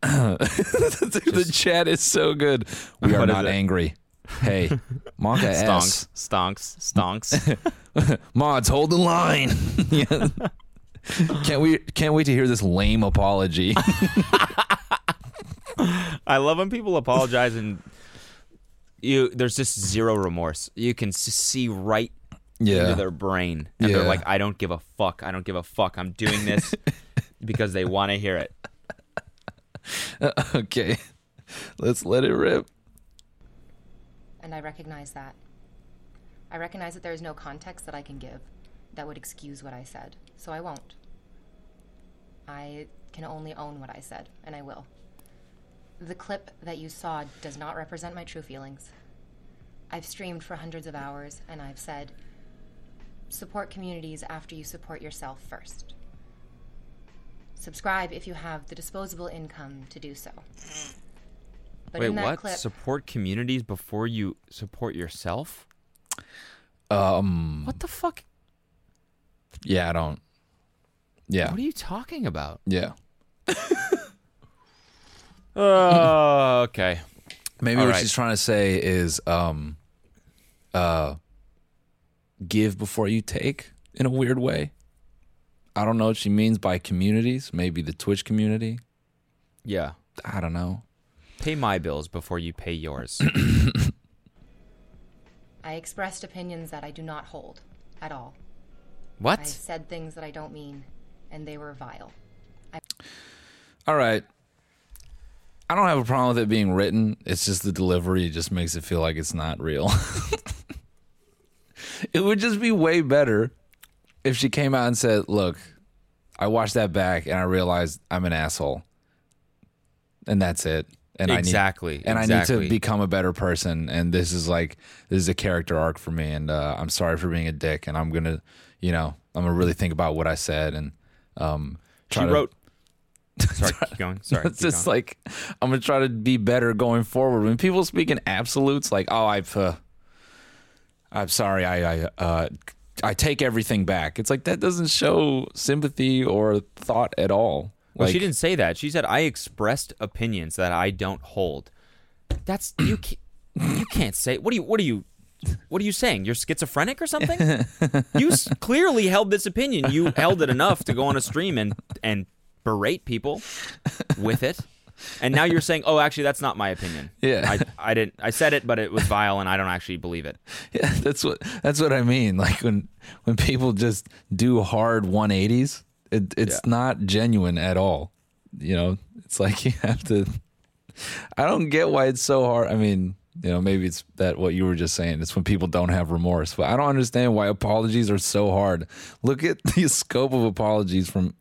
Speaker 3: <laughs> the chat is so good. We are
Speaker 1: What is
Speaker 3: not
Speaker 1: it?
Speaker 3: angry. Hey,
Speaker 1: <laughs>
Speaker 3: Monka
Speaker 1: Stonks,
Speaker 3: S.
Speaker 1: stonks, <laughs> stonks.
Speaker 3: Mods, hold the line. <laughs> Yeah. can't we? Can't wait to hear this lame apology. <laughs>
Speaker 1: I love when people apologize and you. There's just zero remorse. You can s- see right into their brain, and
Speaker 3: Yeah.
Speaker 1: they're like, "I don't give a fuck. I don't give a fuck. I'm doing
Speaker 3: <laughs>
Speaker 1: this because they want to hear it."
Speaker 3: <laughs> okay. Let's let it rip.
Speaker 4: And I recognize that. I recognize that there is no context that I can give that would excuse what I said, so I won't. I can only own what I said, and I will. The clip that you saw does not represent my true feelings. I've streamed for hundreds of hours, and I've said, support communities after you support yourself first. Subscribe if you have the disposable income to do so. But
Speaker 1: Wait,
Speaker 4: in that
Speaker 1: what?
Speaker 4: clip,
Speaker 1: Support communities before you support yourself?
Speaker 3: Um.
Speaker 1: What the fuck?
Speaker 3: Yeah, I don't. Yeah.
Speaker 1: What are you talking
Speaker 3: <laughs>
Speaker 1: about?
Speaker 3: yeah. Uh,
Speaker 1: Oh, okay.
Speaker 3: Maybe
Speaker 1: All
Speaker 3: what
Speaker 1: right.
Speaker 3: she's trying to say is, um, uh, give before you take in a weird way. I don't know what she means by communities. Maybe the Twitch community.
Speaker 1: Yeah.
Speaker 3: I don't know.
Speaker 1: Pay my bills before you pay
Speaker 3: <coughs>
Speaker 1: yours.
Speaker 4: I expressed opinions that I do not hold at all. I
Speaker 1: what?
Speaker 4: said things that I don't mean, and they were vile.
Speaker 3: All right. I don't have a problem with it being written. It's just the delivery just makes it feel like it's not real. <laughs> it would just be way better if she came out and said, "Look, I watched that back and I realized I'm an asshole." And that's it. And I
Speaker 1: Exactly,
Speaker 3: need, and I need
Speaker 1: exactly.
Speaker 3: to become a better person and this is like this is a character arc for me and uh, I'm sorry for being a dick and I'm going to, you know, I'm going to really think about what I said and um
Speaker 1: She
Speaker 3: try to-
Speaker 1: wrote. Sorry, keep going. Sorry,
Speaker 3: it's just like I'm gonna try to be better going forward. When people speak in absolutes, like "oh, I've, uh, I'm sorry, I, I, uh, I take everything back," it's like that doesn't show sympathy or thought at all.
Speaker 1: Well, she
Speaker 3: Like,
Speaker 1: didn't say that. She said I expressed opinions that I don't hold. That's you. Can't, you can't say. What do you? What are you? What are you saying? You're schizophrenic or something? you s- clearly held this opinion. You held it enough to go on a stream and and berate people with it. And now you're saying, "Oh, actually, that's not my opinion.
Speaker 3: Yeah.
Speaker 1: I, I didn't. I said it, but it was vile, and I don't actually believe it."
Speaker 3: <laughs> Yeah, that's what that's what I mean. Like when when people just do hard 180s, it, it's not genuine at all. You know, it's like <laughs> you have to. I don't get why it's so hard. I mean, you know, maybe it's that what you were just saying. It's when people don't have remorse, but I don't understand why apologies are so hard. Look at <laughs> the scope of apologies from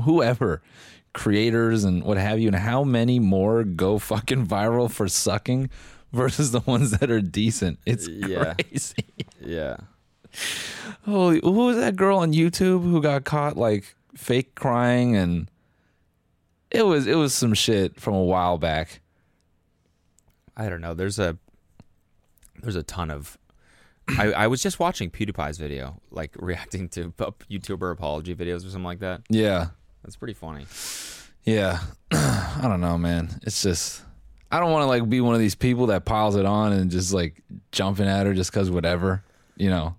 Speaker 3: whoever, creators and what have you, and how many more go fucking viral for sucking versus the ones that are decent. It's
Speaker 1: Yeah.
Speaker 3: crazy.
Speaker 1: Yeah.
Speaker 3: Holy, who was that girl on YouTube who got caught like fake crying and it was it was some shit from a while back.
Speaker 1: I don't know. There's a there's a ton of. I, I was just watching PewDiePie's video, like <laughs> reacting to p- YouTuber apology videos or something like that.
Speaker 3: Yeah.
Speaker 1: That's pretty funny.
Speaker 3: Yeah. <clears throat> I don't know, man. It's just I don't want to like be one of these people that piles it on and just like jumping at her just cuz whatever, you know.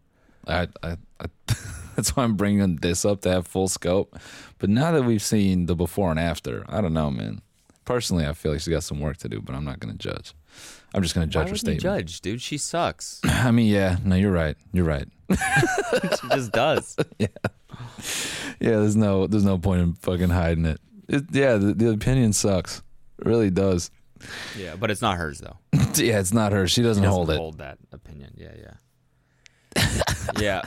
Speaker 3: I I, I <laughs> that's why I'm bringing this up to have full scope. But now that we've seen the before and after, I don't know, man. Personally, I feel like she's got some work to do, but I'm not going to judge. I'm just going to
Speaker 1: Why
Speaker 3: judge her
Speaker 1: would you
Speaker 3: statement.
Speaker 1: judge, dude? She sucks.
Speaker 3: <laughs> I mean, yeah. No, you're right. You're right.
Speaker 1: she just does.
Speaker 3: Yeah, there's no there's no point in fucking hiding it. it yeah, the, the opinion sucks. It really does.
Speaker 1: <laughs>
Speaker 3: <laughs>
Speaker 1: Yeah, but it's not hers though.
Speaker 3: yeah, it's not her. She
Speaker 1: Doesn't
Speaker 3: doesn't, hold it.
Speaker 1: Hold that opinion. Yeah, yeah. <laughs> yeah.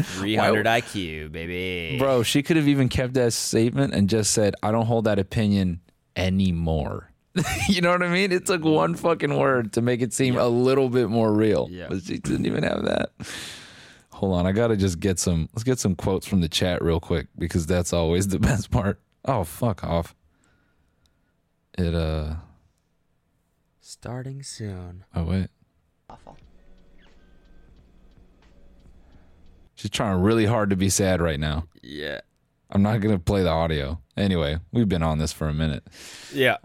Speaker 1: 300 IQ, baby.
Speaker 3: Bro, she could have even kept that statement and just said, "I don't hold that opinion anymore." <laughs> you know what I mean? It took one fucking word to make it seem a little bit more real.
Speaker 1: Yeah.
Speaker 3: But she didn't even have that. Hold on, I gotta just get some. Let's get some quotes from the chat real quick because that's always the <laughs> best part. Oh fuck off. It uh.
Speaker 1: Starting soon.
Speaker 3: Oh wait.
Speaker 4: Awful.
Speaker 3: She's trying really hard to be sad right now.
Speaker 1: Yeah.
Speaker 3: I'm not gonna play the audio. Anyway, we've been on this for a minute.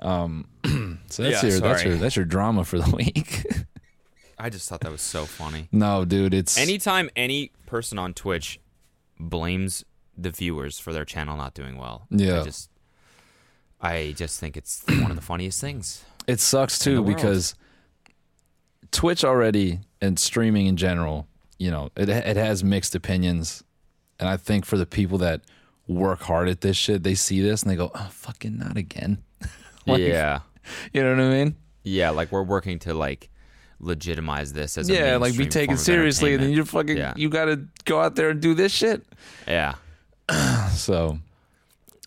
Speaker 3: Um,
Speaker 1: Yeah.
Speaker 3: <clears throat> So that's
Speaker 1: Yeah,
Speaker 3: your that's
Speaker 1: sorry.
Speaker 3: your that's your drama for the <laughs> week.
Speaker 1: I just thought that was so funny.
Speaker 3: no, dude, it's
Speaker 1: Anytime any person on Twitch blames the viewers for their channel not doing well,
Speaker 3: Yeah.
Speaker 1: I just, I just think it's one of the funniest things.
Speaker 3: it sucks
Speaker 1: in the
Speaker 3: too
Speaker 1: world.
Speaker 3: because Twitch already and streaming in general, you know, it it has mixed opinions, and I think for the people that work hard at this shit, they see this and they go, "Oh, fucking not again." Like,
Speaker 1: yeah,
Speaker 3: you know what I mean?
Speaker 1: yeah, like we're working to like legitimize this as a
Speaker 3: Yeah, like be
Speaker 1: mainstream form
Speaker 3: taken
Speaker 1: of
Speaker 3: seriously, and then you're
Speaker 1: entertainment.
Speaker 3: fucking
Speaker 1: Yeah.
Speaker 3: you gotta go out there and do this shit.
Speaker 1: yeah.
Speaker 3: So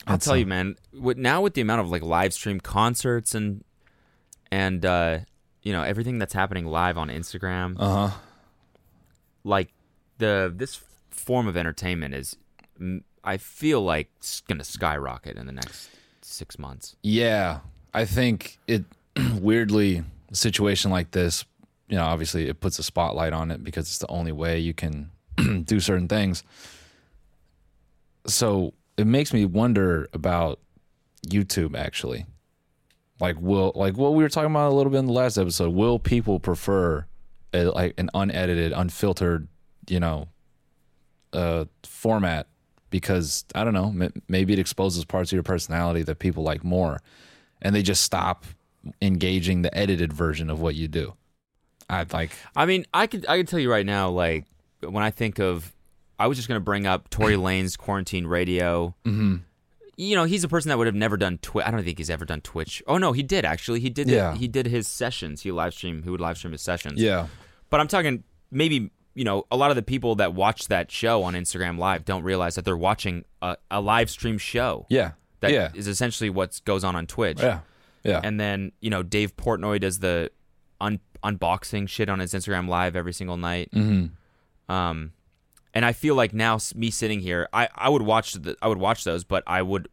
Speaker 1: I'll tell you, man. With, now with the amount of like live stream concerts and and uh, you know everything that's happening live on Instagram,
Speaker 3: Uh huh.
Speaker 1: like the this form of entertainment is mm, i feel like it's gonna skyrocket in the next six months
Speaker 3: Yeah, I think it <clears throat> weirdly a situation like this, you know, obviously it puts a spotlight on it because it's the only way you can <clears throat> do certain things. So it makes me wonder about YouTube actually. Like will like what we were talking about a little bit in the last episode, will people prefer a, like an unedited, unfiltered, you know, uh format because I don't know, m- maybe it exposes parts of your personality that people like more, and they just stop engaging the edited version of what you do. I'd like,
Speaker 1: i mean i could i could tell you right now like
Speaker 3: <clears throat> Mm-hmm.
Speaker 1: when i think of i was just gonna bring up tory lane's quarantine radio you know, he's a person that would have never done Twitch. I don't think he's ever done Twitch. Oh no, he did actually. He did.
Speaker 3: Yeah.
Speaker 1: He did his sessions. He live stream. He would live stream his sessions.
Speaker 3: Yeah.
Speaker 1: But I'm talking maybe you know a lot of the people that watch that show on Instagram Live don't realize that they're watching a, a live stream show.
Speaker 3: Yeah.
Speaker 1: That is
Speaker 3: yeah.
Speaker 1: essentially what goes on on Twitch.
Speaker 3: yeah. Yeah.
Speaker 1: And then you know Dave Portnoy does the un- unboxing shit on his Instagram Live every single night.
Speaker 3: Mhm.
Speaker 1: Um, and I feel like now s- me sitting here, I, I would watch the I would watch those, but I would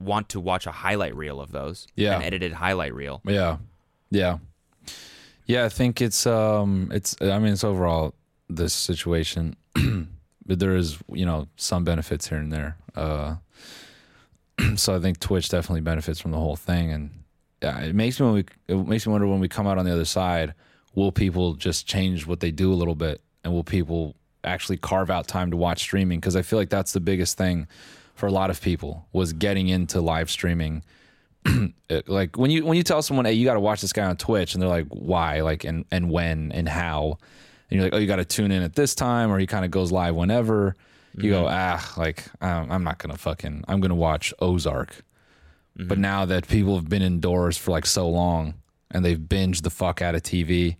Speaker 1: want to watch a highlight reel of those.
Speaker 3: Yeah.
Speaker 1: an edited highlight reel.
Speaker 3: Yeah. Yeah. Yeah, I think it's um it's I mean it's overall this situation <clears throat> but there is, you know, some benefits here and there. Uh <clears throat> so I think Twitch definitely benefits from the whole thing and yeah, it makes me when we it makes me wonder when we come out on the other side, will people just change what they do a little bit and will people actually carve out time to watch streaming because I feel like that's the biggest thing for a lot of people was getting into live streaming it- uh, like when you when you tell someone hey you got to watch this guy on twitch and they're like why like and and when and how and you're like oh you got to tune in at this time or he kind of goes live whenever you go ah like um, i'm not gonna fucking i'm gonna watch ozark but now that people have been indoors for like so long and they've binged the fuck out of tv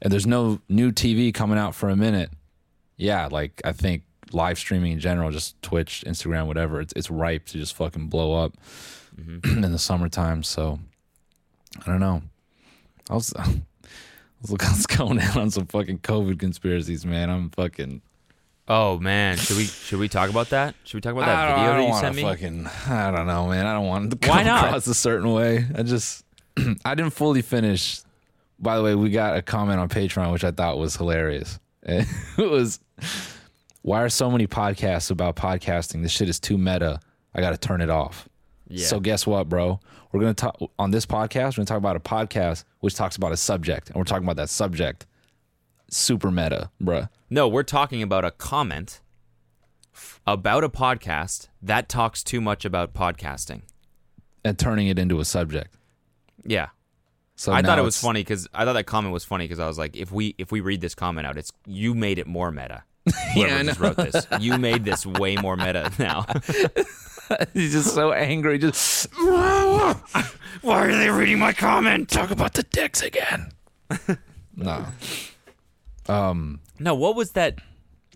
Speaker 3: and there's no new tv coming out for a minute yeah like i think live streaming in general just twitch instagram whatever it's, it's ripe to just fucking blow up <clears throat> in the summertime. So I don't know. I was, <laughs> I was look, I was going <laughs> in on some fucking COVID conspiracies, man. I'm fucking.
Speaker 1: Oh man, should we should we talk about that? Should we talk about that video that you
Speaker 3: wanna
Speaker 1: sent me?
Speaker 3: Fucking, <laughs> I don't know, man. I don't want to come
Speaker 1: Why not?
Speaker 3: across a certain way. I just, <clears throat> I didn't fully finish. By the way, we got a comment on Patreon which I thought was hilarious. <laughs> It was, why are so many podcasts about podcasting? This shit is too meta. I got to turn it off.
Speaker 1: Yeah.
Speaker 3: So guess what, bro? We're gonna talk on this podcast. We're gonna talk about a podcast which talks about a subject, and we're talking about that subject. Super meta, bruh.
Speaker 1: No, we're talking about a comment about a podcast that talks too much about podcasting.
Speaker 3: and turning it into a subject.
Speaker 1: Yeah.
Speaker 3: So
Speaker 1: I
Speaker 3: now
Speaker 1: thought it was
Speaker 3: it's-
Speaker 1: funny because I thought that comment was funny because I was like, if we if we read this comment out, it's you made it more
Speaker 3: <laughs>
Speaker 1: meta. Whoever
Speaker 3: I
Speaker 1: just wrote this,
Speaker 3: <laughs>
Speaker 1: you made this way more meta <laughs> now.
Speaker 3: He's just so angry. Just talk
Speaker 1: <laughs> Why are they reading my comment?
Speaker 3: about the dicks again. <laughs> no,
Speaker 1: No, what was that?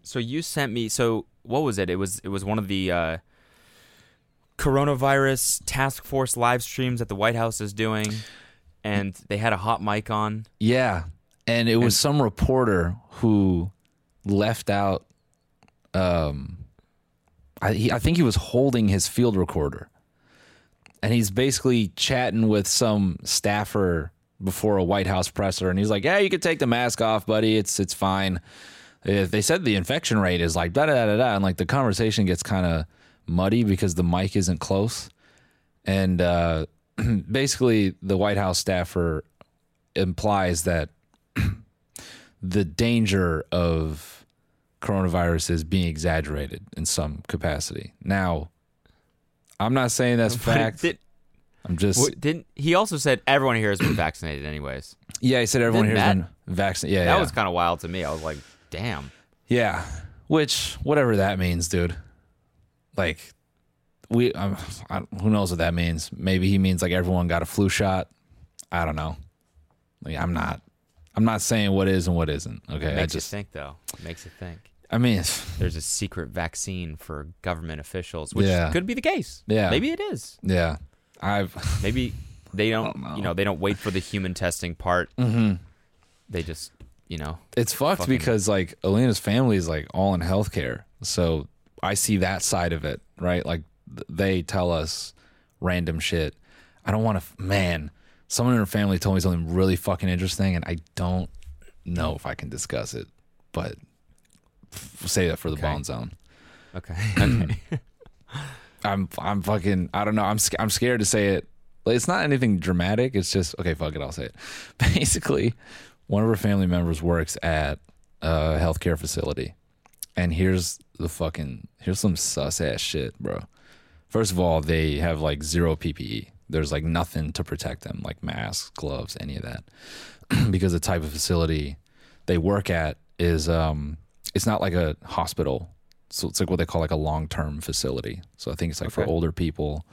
Speaker 1: So you sent me. So what was it? It was it was one of the uh, coronavirus task force live streams that the White House is doing, and they had a hot mic on.
Speaker 3: yeah, and it was some reporter who left out. Um, I he, I think he was holding his field recorder, and he's basically chatting with some staffer before a White House presser, and he's like, "Yeah, you can take the mask off, buddy. It's it's fine." if they said the infection rate is like da da da da, da and like the conversation gets kind of muddy because the mic isn't close, and uh, <clears throat> basically the White House staffer implies that <clears throat> the danger of coronavirus is being exaggerated in some capacity. Now, I'm not saying that's
Speaker 1: But it
Speaker 3: fact.
Speaker 1: did-
Speaker 3: I'm just
Speaker 1: what- didn't he also said everyone here has been vaccinated anyways?
Speaker 3: yeah. He said everyone
Speaker 1: didn't
Speaker 3: here's been vaccinated. Yeah,
Speaker 1: That
Speaker 3: yeah.
Speaker 1: was kind of wild to me. I was like, damn.
Speaker 3: Yeah, which whatever that means, dude. Like, we um, I, who knows what that means? Maybe he means like everyone got a flu shot. I don't know. Like, I'm not. I'm not saying what is and what isn't. Okay, I
Speaker 1: Makes
Speaker 3: just.
Speaker 1: you think though. Makes you think.
Speaker 3: I mean,
Speaker 1: There's a secret vaccine for government officials, which
Speaker 3: Yeah.
Speaker 1: could be the case.
Speaker 3: Yeah.
Speaker 1: Maybe it is.
Speaker 3: yeah. I've
Speaker 1: Maybe they
Speaker 3: Oh,
Speaker 1: don't, you know, they don't wait for the human testing part. Mm-hmm. They just, you know,
Speaker 3: it's fucked
Speaker 1: Fucking-
Speaker 3: because like Elena's family is like all in healthcare, so I see that side of it, right? Like th- they tell us random shit. I don't want to, man. Someone in her family told me something really fucking interesting, and I don't know if I can discuss it, but f- say that for the bond zone.
Speaker 1: okay.
Speaker 3: <laughs> I'm I'm fucking I don't know. I'm sc- I'm scared to say it. Like, it's not anything dramatic. It's just okay. Fuck it. I'll say it. <laughs> Basically, one of her family members works at a healthcare facility, and here's the fucking here's some sus ass shit, bro. First of all, they have like zero PPE. There's like nothing to protect them, like masks, gloves, any of that, <clears throat> because the type of facility they work at is um it's not like a hospital So it's like what they call like a long term facility. So I think it's like for
Speaker 1: Okay.
Speaker 3: older people,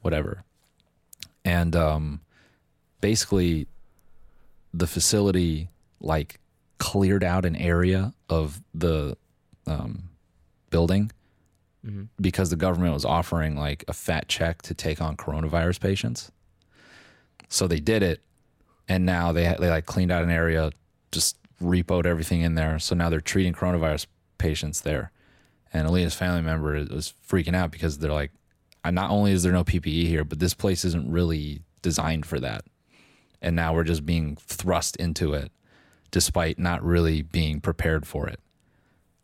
Speaker 3: whatever. And um, basically, the facility like cleared out an area of the um, building
Speaker 1: Mhm.
Speaker 3: because the government was offering like a fat check to take on coronavirus patients. So they did it, and now they they like cleaned out an area, just repoed everything in there. So now they're treating coronavirus patients there. And Alina's family member is- was freaking out because they're like, "Uh, not only is there no PPE here, but this place isn't really designed for that. And now we're just being thrust into it despite not really being prepared for it.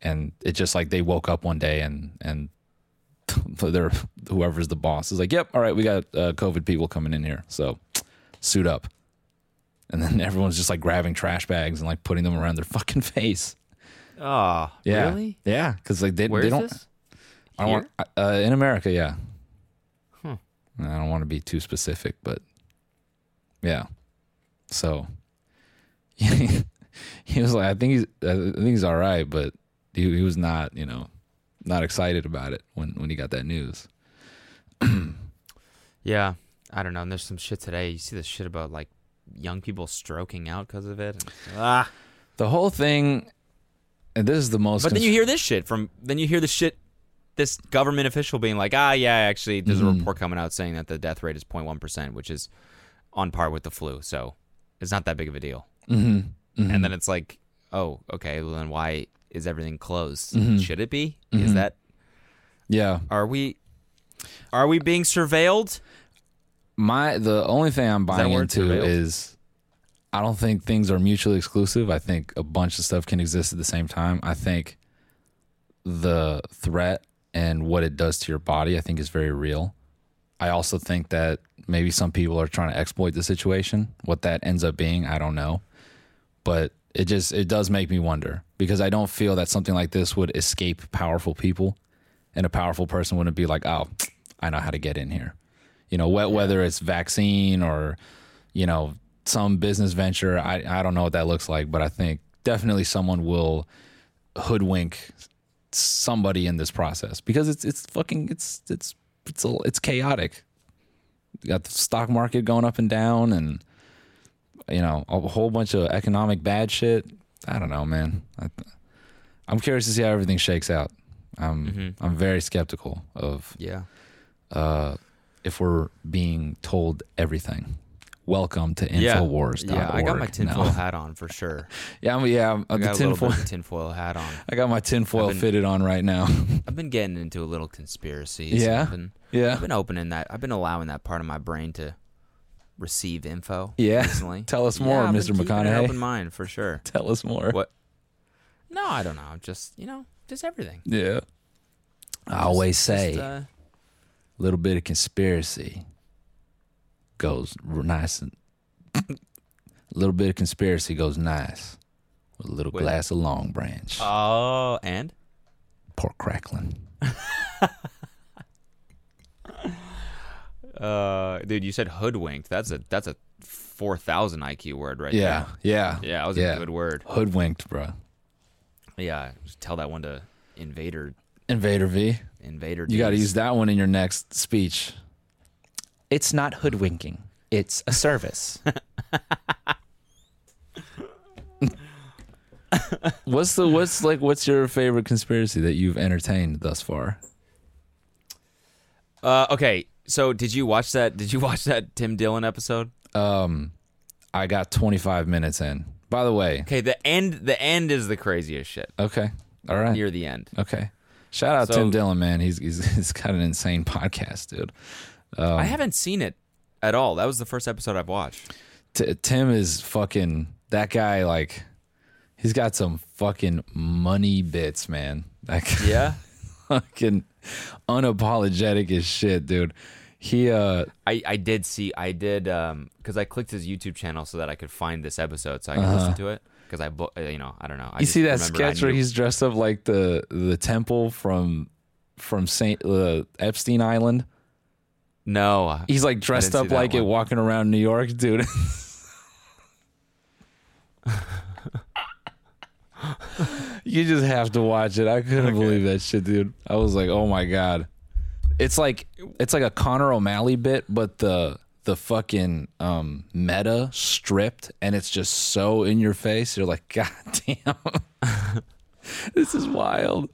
Speaker 3: And it just like they woke up one day and and <laughs> their whoever's the boss is like, "Yep, all right, we got uh, COVID people coming in here, so suit up." And then <laughs> everyone's just like grabbing trash bags and like putting them around their fucking face.
Speaker 1: Oh,
Speaker 3: Yeah,
Speaker 1: really?
Speaker 3: yeah, because like they,
Speaker 1: Where
Speaker 3: they
Speaker 1: is
Speaker 3: don't.
Speaker 1: this?
Speaker 3: I don't want,
Speaker 1: Here? Hmm.
Speaker 3: uh, in America, yeah.
Speaker 1: Huh.
Speaker 3: And I don't want to be too specific, but yeah. So <laughs> he was like, I think he's, I think he's all right, but he, he was not, you know, not excited about it when when he got that news.
Speaker 1: Yeah, I don't know. And there's some shit today. You see the shit about like young people stroking out because of it. Ah,
Speaker 3: The whole thing, and this is the most.
Speaker 1: but then
Speaker 3: conf-
Speaker 1: you hear this shit from. Then you hear this shit. This government official being like, ah, yeah, actually, there's
Speaker 3: Mm-hmm.
Speaker 1: a report coming out saying that the death rate is 0.1 percent, which is on par with the flu. So it's not that big of a deal.
Speaker 3: Mhm, mhm.
Speaker 1: And then it's like, oh, okay, well then why is everything closed?
Speaker 3: Mm-hmm.
Speaker 1: Should it be? Is that
Speaker 3: yeah,
Speaker 1: are we are we being surveilled?
Speaker 3: my the only thing I'm
Speaker 1: that
Speaker 3: buying
Speaker 1: word,
Speaker 3: into
Speaker 1: surveilled?
Speaker 3: is I don't think things are mutually exclusive. I think a bunch of stuff can exist at the same time. I think the threat and what it does to your body, I think, is very real. I also think that maybe some people are trying to exploit the situation. What that ends up being, I don't know. But it just it does make me wonder because I don't feel that something like this would escape powerful people, and a powerful person wouldn't be like, "Oh, I know how to get in here." You know, wh- whether it's vaccine or you know some business venture, I I don't know what that looks like, but I think definitely someone will hoodwink somebody in this process because it's it's fucking it's it's it's a, it's chaotic. You got the stock market going up and down, and you know a whole bunch of economic bad shit. I don't know, man. I, I'm curious to see how everything shakes out. I'm I'm very skeptical of
Speaker 1: Yeah.
Speaker 3: uh, if we're being told everything. Welcome to
Speaker 1: yeah.
Speaker 3: Infowars.
Speaker 1: Yeah, I got my tinfoil
Speaker 3: No.
Speaker 1: hat on for sure.
Speaker 3: <laughs> Yeah, I'm, yeah, I'm,
Speaker 1: I
Speaker 3: the
Speaker 1: got a little
Speaker 3: tinfoil.
Speaker 1: bit of a tinfoil hat on.
Speaker 3: I got my tinfoil
Speaker 1: I've been-
Speaker 3: fitted on right
Speaker 1: <laughs>
Speaker 3: now.
Speaker 1: I've been getting into a little conspiracies.
Speaker 3: Yeah?
Speaker 1: I've been, I've
Speaker 3: yeah,
Speaker 1: been opening that. I've been allowing that part of my brain to receive info.
Speaker 3: Yeah.
Speaker 1: Recently.
Speaker 3: Tell us more,
Speaker 1: Yeah, I've been
Speaker 3: Mr.
Speaker 1: keeping an
Speaker 3: McConaughey.
Speaker 1: Open mind for sure.
Speaker 3: <laughs> tell us more.
Speaker 1: What? No, I don't know. Just you know, just everything.
Speaker 3: Yeah, I always say
Speaker 1: Just,
Speaker 3: a
Speaker 1: uh,
Speaker 3: little bit of conspiracy goes r- nice. And, <laughs> a little bit of conspiracy goes nice with a little
Speaker 1: With-
Speaker 3: glass of long branch.
Speaker 1: oh, and
Speaker 3: Pork crackling.
Speaker 1: Uh, dude, you said hoodwinked. That's a that's a four thousand IQ word right
Speaker 3: Yeah, yeah,
Speaker 1: there. Yeah, that was
Speaker 3: yeah.
Speaker 1: a good word.
Speaker 3: Hoodwinked, bro.
Speaker 1: Yeah, just tell that one to Invader
Speaker 3: Invader V.
Speaker 1: Invader.
Speaker 3: You got to
Speaker 1: dudes.
Speaker 3: use that one in your next speech. It's not hoodwinking. It's a service. <laughs> what's the what's like what's your favorite conspiracy that you've entertained thus far?
Speaker 1: Uh, okay, so did you watch that? Did you watch that Tim Dillon episode?
Speaker 3: Um I got 25 minutes in. By the way.
Speaker 1: Okay, the end. The end is the craziest shit.
Speaker 3: Okay. All right.
Speaker 1: Near the end.
Speaker 3: okay. Shout out
Speaker 1: So-
Speaker 3: Tim Dillon, man. He's, he's <laughs> he's got an insane podcast, dude.
Speaker 1: I haven't seen it at all. That was the first episode I've watched.
Speaker 3: T- Tim is fucking that guy. Like, he's got some fucking money bits, man. Like, <laughs>
Speaker 1: Yeah.
Speaker 3: fucking unapologetic as shit, dude. He uh,
Speaker 1: <laughs> I, I did see I did um because I clicked his YouTube channel so that I could find this episode so I could listen to it because I bo- uh, you know I don't know I
Speaker 3: Uh-huh. you
Speaker 1: just
Speaker 3: see that
Speaker 1: remembered I
Speaker 3: sketch where
Speaker 1: knew-
Speaker 3: he's dressed up like the the temple from from Saint uh, Epstein Island.
Speaker 1: no
Speaker 3: He's like dressed
Speaker 1: didn't see
Speaker 3: up
Speaker 1: that
Speaker 3: like it,
Speaker 1: one.
Speaker 3: walking around New York, dude. <laughs> You just have to watch it. I couldn't believe that shit, dude. I was like, oh my god. It's like it's like a Connor O'Malley bit, but the the fucking um, meta stripped, and it's just so in your face. You're like, <laughs> god damn, <laughs> this is wild.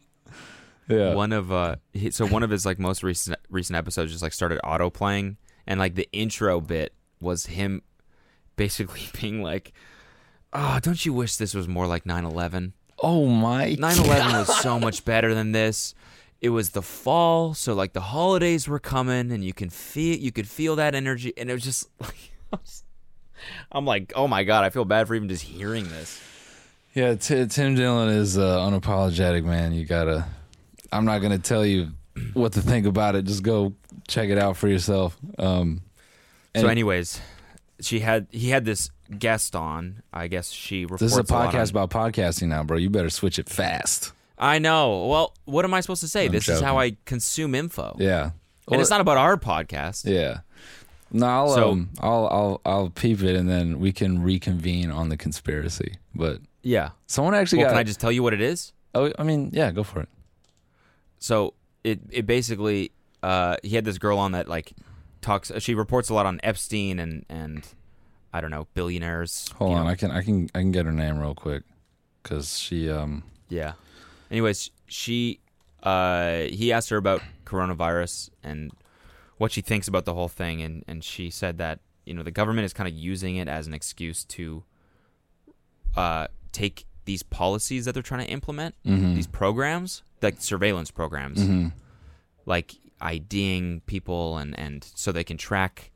Speaker 3: Yeah.
Speaker 1: one of uh he, so one of his like most recent recent episodes just like started auto playing and like the intro bit was him basically <laughs> being like oh don't you wish this was more like 9-11
Speaker 3: Oh my.
Speaker 1: 9-11 was so much better than this it was the fall so like the holidays were coming and you can feel you could feel that energy and it was just <laughs> like i'm like oh my god i feel bad for even just hearing this
Speaker 3: Yeah, T- Tim Dillon is uh, unapologetic, man. You gotta. I'm not gonna tell you what to think about it. Just go check it out for yourself. Um,
Speaker 1: so
Speaker 3: And-
Speaker 1: anyways she had he had this guest on i guess she reports
Speaker 3: this is a
Speaker 1: lot on-
Speaker 3: podcast about podcasting now, bro. You better switch it fast.
Speaker 1: I know. Well, what am I supposed to say?
Speaker 3: I'm
Speaker 1: this is
Speaker 3: joking.
Speaker 1: how I consume info.
Speaker 3: Yeah,
Speaker 1: And it's not about our podcast.
Speaker 3: Yeah. No, I'll,
Speaker 1: So-
Speaker 3: um, I'll I'll I'll peep it, and then we can reconvene on the conspiracy. But
Speaker 1: Yeah.
Speaker 3: someone actually
Speaker 1: Well,
Speaker 3: got.
Speaker 1: can I just tell you what it is?
Speaker 3: oh, I mean, yeah, go for it.
Speaker 1: So it it basically uh, he had this girl on that like talks. She reports a lot on Epstein and and I don't know billionaires.
Speaker 3: Hold
Speaker 1: you
Speaker 3: on,
Speaker 1: know.
Speaker 3: I can I can I can get her name real quick, because she um
Speaker 1: Yeah. Anyways, she uh he asked her about coronavirus and what she thinks about the whole thing and and she said that, you know, the government is kind of using it as an excuse to uh take these policies that they're trying to implement,
Speaker 3: Mm-hmm.
Speaker 1: these programs, like surveillance programs. Like IDing people and and so they can track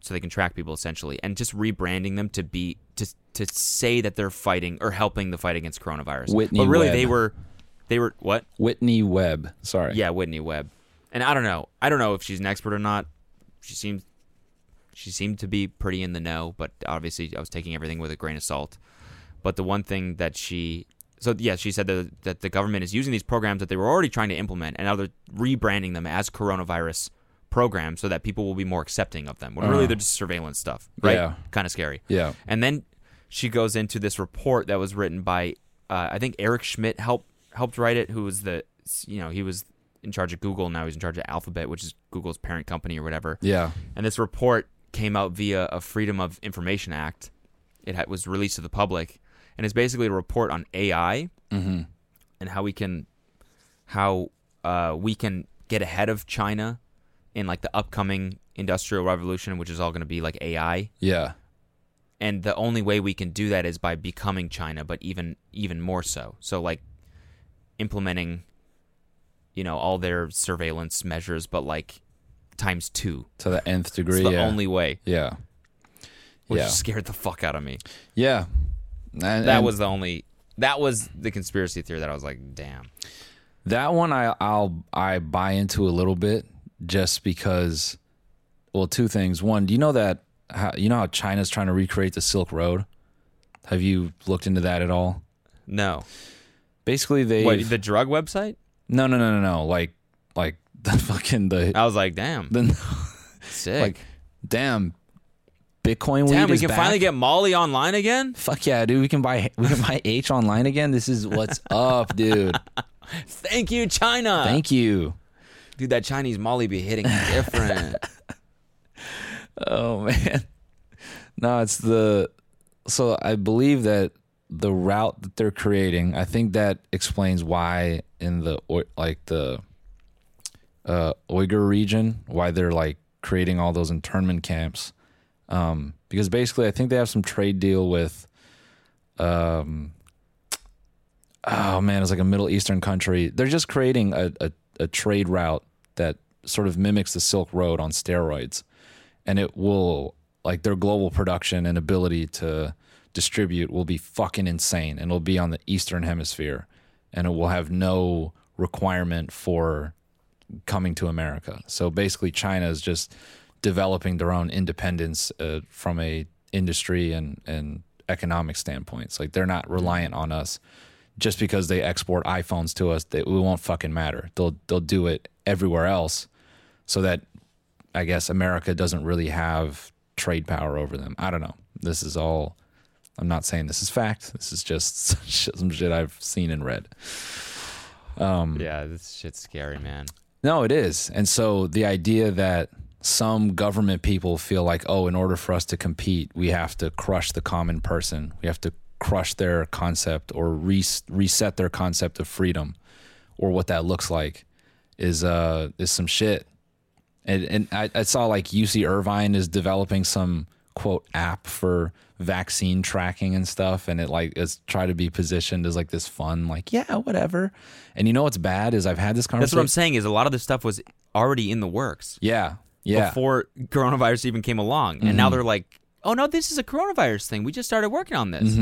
Speaker 1: so they can track people essentially and just rebranding them to be to to say that they're fighting or helping the fight against coronavirus.
Speaker 3: Whitney
Speaker 1: but really they
Speaker 3: Webb.
Speaker 1: were they were what?
Speaker 3: Whitney Webb. Sorry.
Speaker 1: Yeah, Whitney Webb. And I don't know. I don't know if she's an expert or not. She seems she seemed to be pretty in the know, but obviously I was taking everything with a grain of salt. But the one thing that she so yeah, she said that, that the government is using these programs that they were already trying to implement and now they're rebranding them as coronavirus programs so that people will be more accepting of them. When really they're just surveillance stuff, right?
Speaker 3: Yeah.
Speaker 1: Kind of scary.
Speaker 3: Yeah.
Speaker 1: And then she goes into this report that was written by uh, I think Eric Schmidt helped helped write it, who was the you know he was in charge of Google. Now he's in charge of Alphabet, which is Google's parent company or whatever.
Speaker 3: Yeah.
Speaker 1: And this report came out via a Freedom of Information Act. It ha- was released to the public, and it's basically a report on AI and how we can how uh, we can get ahead of China in like the upcoming industrial revolution, which is all going to be like AI
Speaker 3: Yeah.
Speaker 1: and the only way we can do that is by becoming China, but even even more so. So like implementing, you know, all their surveillance measures, but like times two.
Speaker 3: To the nth degree.
Speaker 1: It's the
Speaker 3: yeah.
Speaker 1: only way,
Speaker 3: Yeah.
Speaker 1: which
Speaker 3: Yeah.
Speaker 1: scared the fuck out of me.
Speaker 3: Yeah. And,
Speaker 1: That
Speaker 3: and
Speaker 1: was the only. That was the conspiracy theory that I was like, damn.
Speaker 3: that one. I I'll I buy into a little bit just because. Well, two things. One, do you know that how, you know how China's trying to recreate the Silk Road? Have you looked into that at all?
Speaker 1: No,
Speaker 3: Basically, they
Speaker 1: what the drug website?
Speaker 3: no no no no no like like <laughs> the fucking the
Speaker 1: I was like, damn,
Speaker 3: then <laughs>
Speaker 1: sick.
Speaker 3: like damn Bitcoin
Speaker 1: damn,
Speaker 3: weed
Speaker 1: we
Speaker 3: is
Speaker 1: can
Speaker 3: back?
Speaker 1: finally get Molly online again.
Speaker 3: fuck yeah dude we can buy we can buy H online again this is
Speaker 1: <laughs>
Speaker 3: what's up dude
Speaker 1: Thank you, China.
Speaker 3: thank you
Speaker 1: Dude, that Chinese Molly be
Speaker 3: <laughs>
Speaker 1: hitting different.
Speaker 3: Oh <laughs> man. No, it's the so I believe that the route that they're creating, I think that explains why in the Oi- like the uh Uyghur region, why they're like creating all those internment camps. Um because basically I think they have some trade deal with um oh man, it's like a Middle Eastern country. They're just creating a, a, a trade route that sort of mimics the Silk Road on steroids and it will like their global production and ability to distribute will be fucking insane and it'll be on the eastern hemisphere and it will have no requirement for coming to america so basically china is just developing their own independence uh, from a industry and and economic standpoints like they're not reliant on us just because they export iPhones to us, they, it won't fucking matter. They'll they'll do it everywhere else, so that I guess America doesn't really have trade power over them. I don't know. This is all I'm not saying this is fact. This is just <laughs> some shit I've seen and read. Um,
Speaker 1: Yeah, this shit's scary, man.
Speaker 3: no, it is. And so the idea that some government people feel like, oh, in order for us to compete, we have to crush the common person. We have to crush their concept or re- reset their concept of freedom or what that looks like is uh is some shit. And and I, I saw like UC Irvine is developing some quote app for vaccine tracking and stuff and it like is try to be positioned as like this fun like yeah whatever and you know what's bad is i've had this
Speaker 1: That's
Speaker 3: conversation
Speaker 1: what I'm saying. Is a lot of this stuff was already in the works
Speaker 3: yeah. Yeah. Mm-hmm.
Speaker 1: before coronavirus even came along, and now they're like, "Oh no, this is a coronavirus thing. We just started working on this."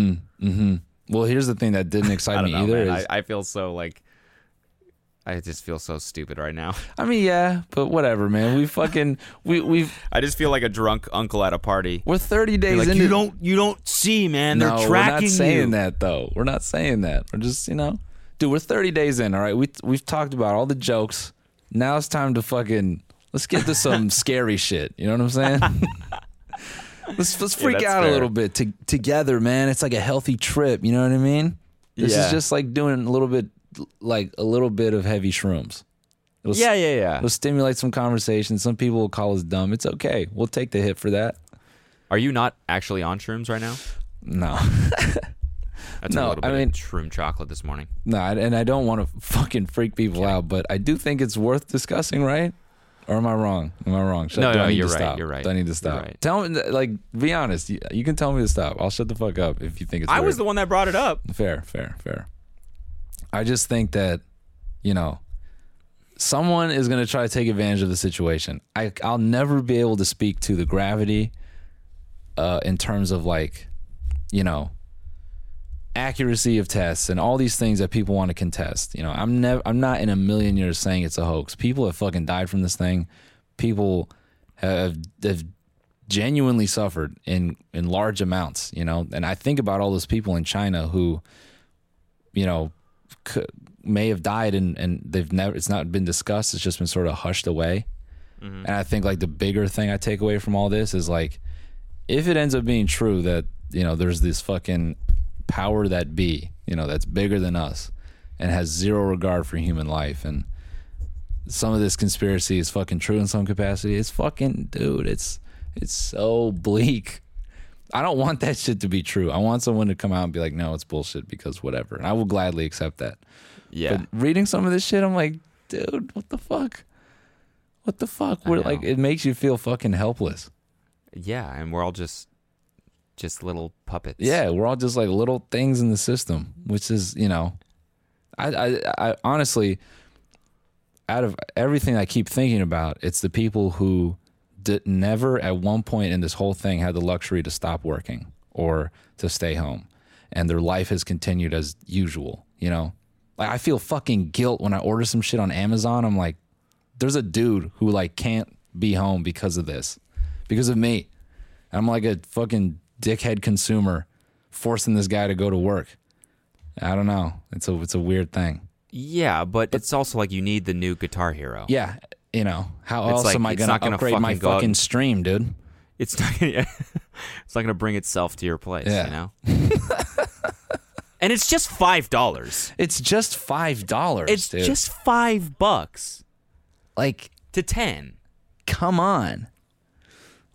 Speaker 3: well, here's the thing that
Speaker 1: <laughs>
Speaker 3: didn't
Speaker 1: I
Speaker 3: excite
Speaker 1: don't
Speaker 3: me
Speaker 1: know,
Speaker 3: either.
Speaker 1: man.
Speaker 3: Mm-hmm, is,
Speaker 1: I, I feel so like I just feel so stupid right now. <laughs>
Speaker 3: I, mean, yeah, but whatever, man. We fucking we we've
Speaker 1: I just feel like a drunk uncle at a party.
Speaker 3: we're 30 days
Speaker 1: You're like,
Speaker 3: into
Speaker 1: you don't you don't see, man.
Speaker 3: no,
Speaker 1: they're
Speaker 3: we're
Speaker 1: tracking
Speaker 3: not saying
Speaker 1: you.
Speaker 3: that though. We're not saying that. We're just, you know. Dude, we're 30 days in, all right? We we've talked about all the jokes. Now it's time to fucking let's get
Speaker 1: <laughs>
Speaker 3: to some scary shit. You know what I'm saying? let's let's freak
Speaker 1: that's
Speaker 3: out a
Speaker 1: fair.
Speaker 3: little bit to, together, man. It's like a healthy trip, you know what I mean? This
Speaker 1: Yeah.
Speaker 3: is just like doing a little bit like a little bit of heavy shrooms. It'll
Speaker 1: Yeah, yeah, yeah.
Speaker 3: It'll stimulate some conversation. Some people will call us dumb. It's okay. We'll take the hit for that.
Speaker 1: Are you not actually on shrooms right now?
Speaker 3: No,
Speaker 1: That's a
Speaker 3: No,
Speaker 1: little
Speaker 3: I
Speaker 1: bit
Speaker 3: mean-
Speaker 1: of shroom chocolate this morning.
Speaker 3: no, I- and I don't want to <laughs> fucking freak people out, but I do think it's worth discussing, right? Or am I wrong? Am I wrong? Should,
Speaker 1: No,
Speaker 3: do I
Speaker 1: no,
Speaker 3: need to
Speaker 1: you're right,
Speaker 3: stop?
Speaker 1: you're right,
Speaker 3: Do I need to
Speaker 1: you're
Speaker 3: stop.
Speaker 1: right.
Speaker 3: Tell me, like, be honest. You, you can tell me to stop. I'll shut the fuck up if you think it's.
Speaker 1: I was
Speaker 3: weird.
Speaker 1: the one that brought it up.
Speaker 3: Fair, fair, fair. I just think that, you know, someone is going to try to take advantage of the situation. I, I'll never be able to speak to the gravity uh, in terms of like, you know, accuracy of tests and all these things that people want to contest. You know, I'm never, I'm not in a million years saying it's a hoax. People have fucking died from this thing. People have, have genuinely suffered in in large amounts you know and i think about all those people in china who you know c- may have died and and they've never it's not been discussed it's just been sort of hushed away and i think like the bigger thing i take away from all this is like if it ends up being true that you know there's this fucking power that be you know that's bigger than us and has zero regard for human life and some of this conspiracy is fucking true in some capacity it's fucking dude it's it's so bleak i don't want that shit to be true i want someone to come out and be like no it's bullshit because whatever and i will gladly accept that
Speaker 1: Yeah.
Speaker 3: but reading some of this shit, I'm like, dude, what the fuck? What the fuck?
Speaker 1: I
Speaker 3: We're
Speaker 1: know.
Speaker 3: like, it makes you feel fucking helpless.
Speaker 1: yeah, and we're all just just little puppets.
Speaker 3: Yeah, we're all just like little things in the system, which is, you know, I, I, I honestly, out of everything I keep thinking about, it's the people who did never at one point in this whole thing had the luxury to stop working or to stay home, and their life has continued as usual. You know, like I feel fucking guilt when I order some shit on Amazon. I'm like, there's a dude who like can't be home because of this, because of me. I'm like a fucking dickhead consumer forcing this guy to go to work. I don't know. It's a it's a weird thing.
Speaker 1: Yeah, but, it's also like you need the new Guitar Hero.
Speaker 3: Yeah, you know. How else
Speaker 1: like,
Speaker 3: am I
Speaker 1: it's
Speaker 3: gonna
Speaker 1: not gonna
Speaker 3: upgrade my
Speaker 1: fucking go out
Speaker 3: fucking
Speaker 1: and-
Speaker 3: stream, dude?
Speaker 1: It's not gonna <laughs> it's not gonna bring itself to your place,
Speaker 3: Yeah.
Speaker 1: you
Speaker 3: <laughs>
Speaker 1: know? and it's just five dollars.
Speaker 3: It's just five dollars.
Speaker 1: It's
Speaker 3: dude.
Speaker 1: just five bucks
Speaker 3: like,
Speaker 1: to ten.
Speaker 3: come on.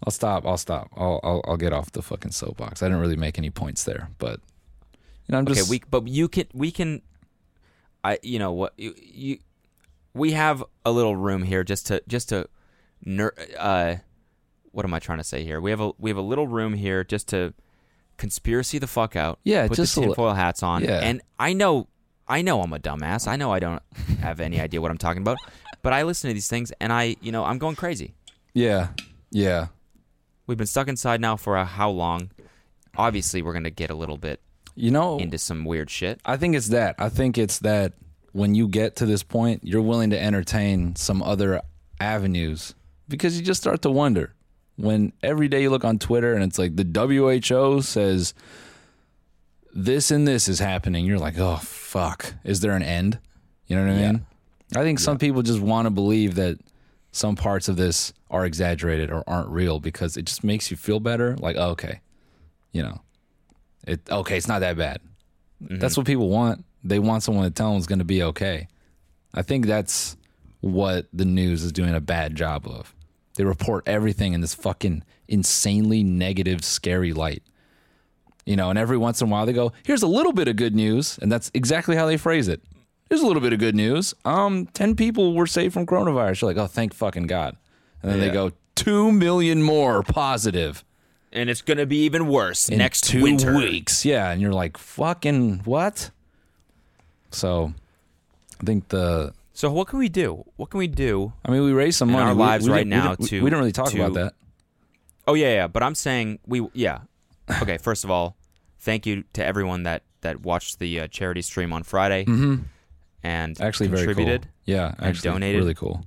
Speaker 3: I'll stop. I'll stop. I'll I'll, I'll get off the fucking soapbox. I didn't really make any points there, but you know, I'm
Speaker 1: Okay,
Speaker 3: just
Speaker 1: we but you can we can I you know what you, you we have a little room here just to just to ner- uh what am I trying to say here? We have a we have a little room here just to conspiracy the fuck out.
Speaker 3: Yeah,
Speaker 1: put
Speaker 3: just a
Speaker 1: the
Speaker 3: li-
Speaker 1: tinfoil hats on.
Speaker 3: Yeah.
Speaker 1: And I know I know I'm a dumbass. I know I don't have any idea what I'm talking about. But I listen to these things and I you know I'm going crazy.
Speaker 3: yeah yeah.
Speaker 1: We've been stuck inside now for a, how long? Obviously, we're gonna get a little bit
Speaker 3: You know,
Speaker 1: into some weird shit.
Speaker 3: I think it's that. I think it's that when you get to this point, you're willing to entertain some other avenues because you just start to wonder. When every day you look on Twitter and it's like the WHO says this and this is happening, you're like, oh, fuck. Is there an end? You know what I mean? I think some people just want to believe that some parts of this are exaggerated or aren't real because it just makes you feel better. Like, oh, okay, you know, It okay, it's not that bad. That's what people want. They want someone to tell them it's going to be okay. I think that's what the news is doing a bad job of. They report everything in this fucking insanely negative, scary light. You know, and every once in a while they go, "Here's a little bit of good news," and that's exactly how they phrase it. Here's a little bit of good news. Um, ten people were saved from coronavirus. You're like, "Oh, thank fucking god!" And then they
Speaker 1: Yeah.
Speaker 3: go, two million more positive
Speaker 1: and it's gonna be even worse
Speaker 3: in
Speaker 1: next
Speaker 3: two
Speaker 1: winter.
Speaker 3: weeks. Yeah, and you're like, fucking what? So, I think the.
Speaker 1: So what can we do? What can we do?
Speaker 3: I mean, we raised some
Speaker 1: In
Speaker 3: money.
Speaker 1: our
Speaker 3: We-
Speaker 1: lives
Speaker 3: we,
Speaker 1: right
Speaker 3: we,
Speaker 1: now
Speaker 3: We,
Speaker 1: to-
Speaker 3: we don't really talk
Speaker 1: to-
Speaker 3: about that.
Speaker 1: Oh yeah, yeah. But I'm saying we
Speaker 3: <coughs>
Speaker 1: yeah. Okay, first of all, thank you to everyone that that watched the uh, charity stream on Friday and
Speaker 3: Mm-hmm. Actually, very
Speaker 1: contributed
Speaker 3: cool. Yeah, actually,
Speaker 1: donated.
Speaker 3: really cool. Mm-hmm.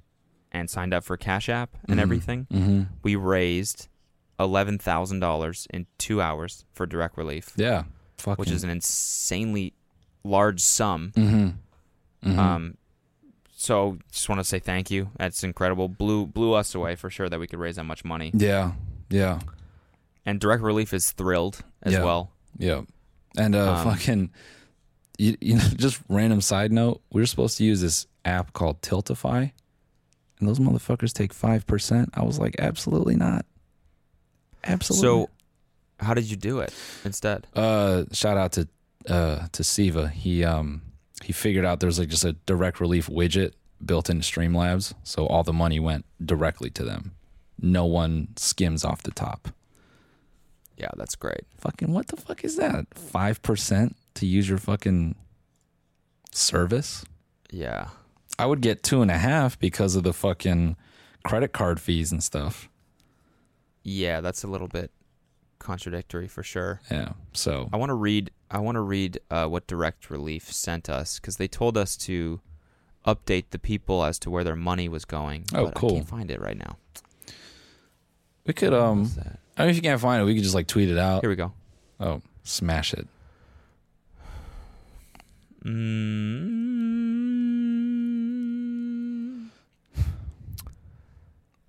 Speaker 1: and signed up for Cash App and everything. We raised eleven thousand dollars in two hours for direct relief,
Speaker 3: Yeah, fucking.
Speaker 1: which is an insanely large sum.
Speaker 3: mm-hmm.
Speaker 1: Um, so just want to say thank you. That's incredible. Blew blew us away for sure that we could raise that much money.
Speaker 3: yeah, yeah,
Speaker 1: And direct relief is thrilled as
Speaker 3: Yeah.
Speaker 1: well.
Speaker 3: yeah, and uh,
Speaker 1: Um,
Speaker 3: fucking. You, you know, <laughs> just random side note. We were supposed to use this app called Tiltify, and those motherfuckers take five percent. I was like, absolutely not. Absolutely. not.
Speaker 1: So, how did you do it instead?
Speaker 3: Uh, shout out to uh to Siva. He um he figured out there's like just a direct relief widget built into Streamlabs, so all the money went directly to them. No one skims off the top.
Speaker 1: Yeah, that's great.
Speaker 3: Fucking what the fuck is that? Five percent to use your fucking service?
Speaker 1: Yeah.
Speaker 3: I would get two and a half because of the fucking credit card fees and stuff.
Speaker 1: Yeah, that's a little bit contradictory for sure.
Speaker 3: Yeah. So
Speaker 1: I want to read. I want to read uh, what Direct Relief sent us because they told us to update the people as to where their money was going.
Speaker 3: Oh,
Speaker 1: but I
Speaker 3: cool.
Speaker 1: can't find it right now.
Speaker 3: we could um
Speaker 1: that?
Speaker 3: I mean if you can't find it, we could just like tweet it out.
Speaker 1: Here we go.
Speaker 3: Oh, smash it.
Speaker 1: Mm.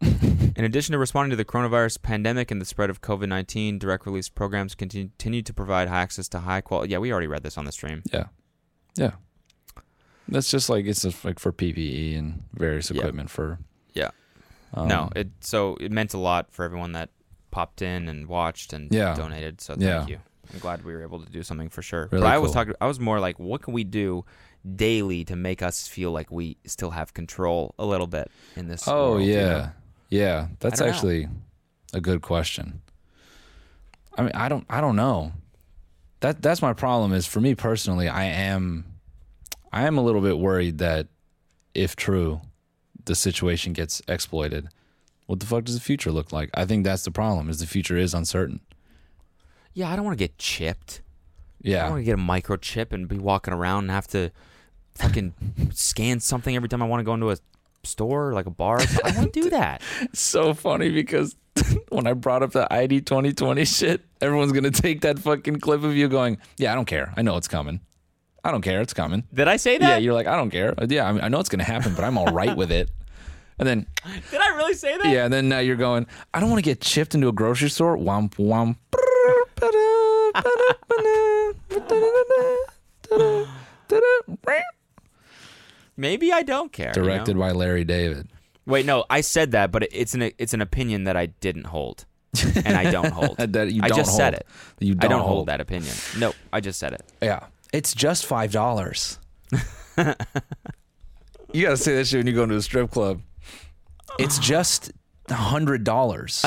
Speaker 1: In addition to responding to the coronavirus pandemic and the spread of COVID 19, direct release programs continue, continue to provide high access to high quality. Yeah, we already read this on the stream.
Speaker 3: Yeah. Yeah. That's just like it's just like for PPE and various
Speaker 1: Yeah.
Speaker 3: equipment for
Speaker 1: Yeah.
Speaker 3: um,
Speaker 1: no, it so it meant a lot for everyone that popped in and watched and
Speaker 3: Yeah.
Speaker 1: donated. So thank
Speaker 3: Yeah.
Speaker 1: you. I'm glad we were able to do something for sure.
Speaker 3: Really
Speaker 1: but I was
Speaker 3: cool.
Speaker 1: talking. I was more like, what can we do daily to make us feel like we still have control a little bit in this?
Speaker 3: Oh
Speaker 1: world, you
Speaker 3: yeah.
Speaker 1: know?
Speaker 3: Yeah. That's
Speaker 1: don't know.
Speaker 3: actually a good question. I mean I don't I don't know. That that's my problem is for me personally, I am I am a little bit worried that if true, the situation gets exploited. What the fuck does the future look like? I think that's the problem is the future is uncertain.
Speaker 1: yeah. I don't want to get chipped. I don't
Speaker 3: Yeah.
Speaker 1: want to get a microchip and be walking around and have to <laughs> fucking scan something every time I want to go into a store, like a bar. or something. I don't want <laughs> to do that.
Speaker 3: so funny because <laughs> when I brought up the ID 2020 shit, everyone's going to take that fucking clip of you going, Yeah, I don't care. I know it's coming. I don't care. It's coming.
Speaker 1: Did I say
Speaker 3: Yeah,
Speaker 1: that?
Speaker 3: you're like, I don't care. Yeah, I, mean, I know it's going to happen, but I'm all right with it. And then,
Speaker 1: Did I really say that?
Speaker 3: yeah, and then now you're going, I don't want to get chipped into a grocery store.
Speaker 1: <laughs>
Speaker 3: Womp, womp. Brrr, ba-da, ba-da, ba-da, ba-da-da-da, da-da, da-da, brrr.
Speaker 1: Maybe I don't care. you know?
Speaker 3: Directed by Larry David.
Speaker 1: Wait, no, I said that, but it- it's an it's an opinion that I didn't hold, and I don't <laughs> hold.
Speaker 3: That you
Speaker 1: I
Speaker 3: don't
Speaker 1: just
Speaker 3: hold.
Speaker 1: said it.
Speaker 3: That you
Speaker 1: I don't
Speaker 3: don't
Speaker 1: hold.
Speaker 3: hold.
Speaker 1: that opinion. No, I just said it.
Speaker 3: Yeah. It's just five dollars. <laughs> you gotta say that shit when you go into a strip club. It's just hundred dollars.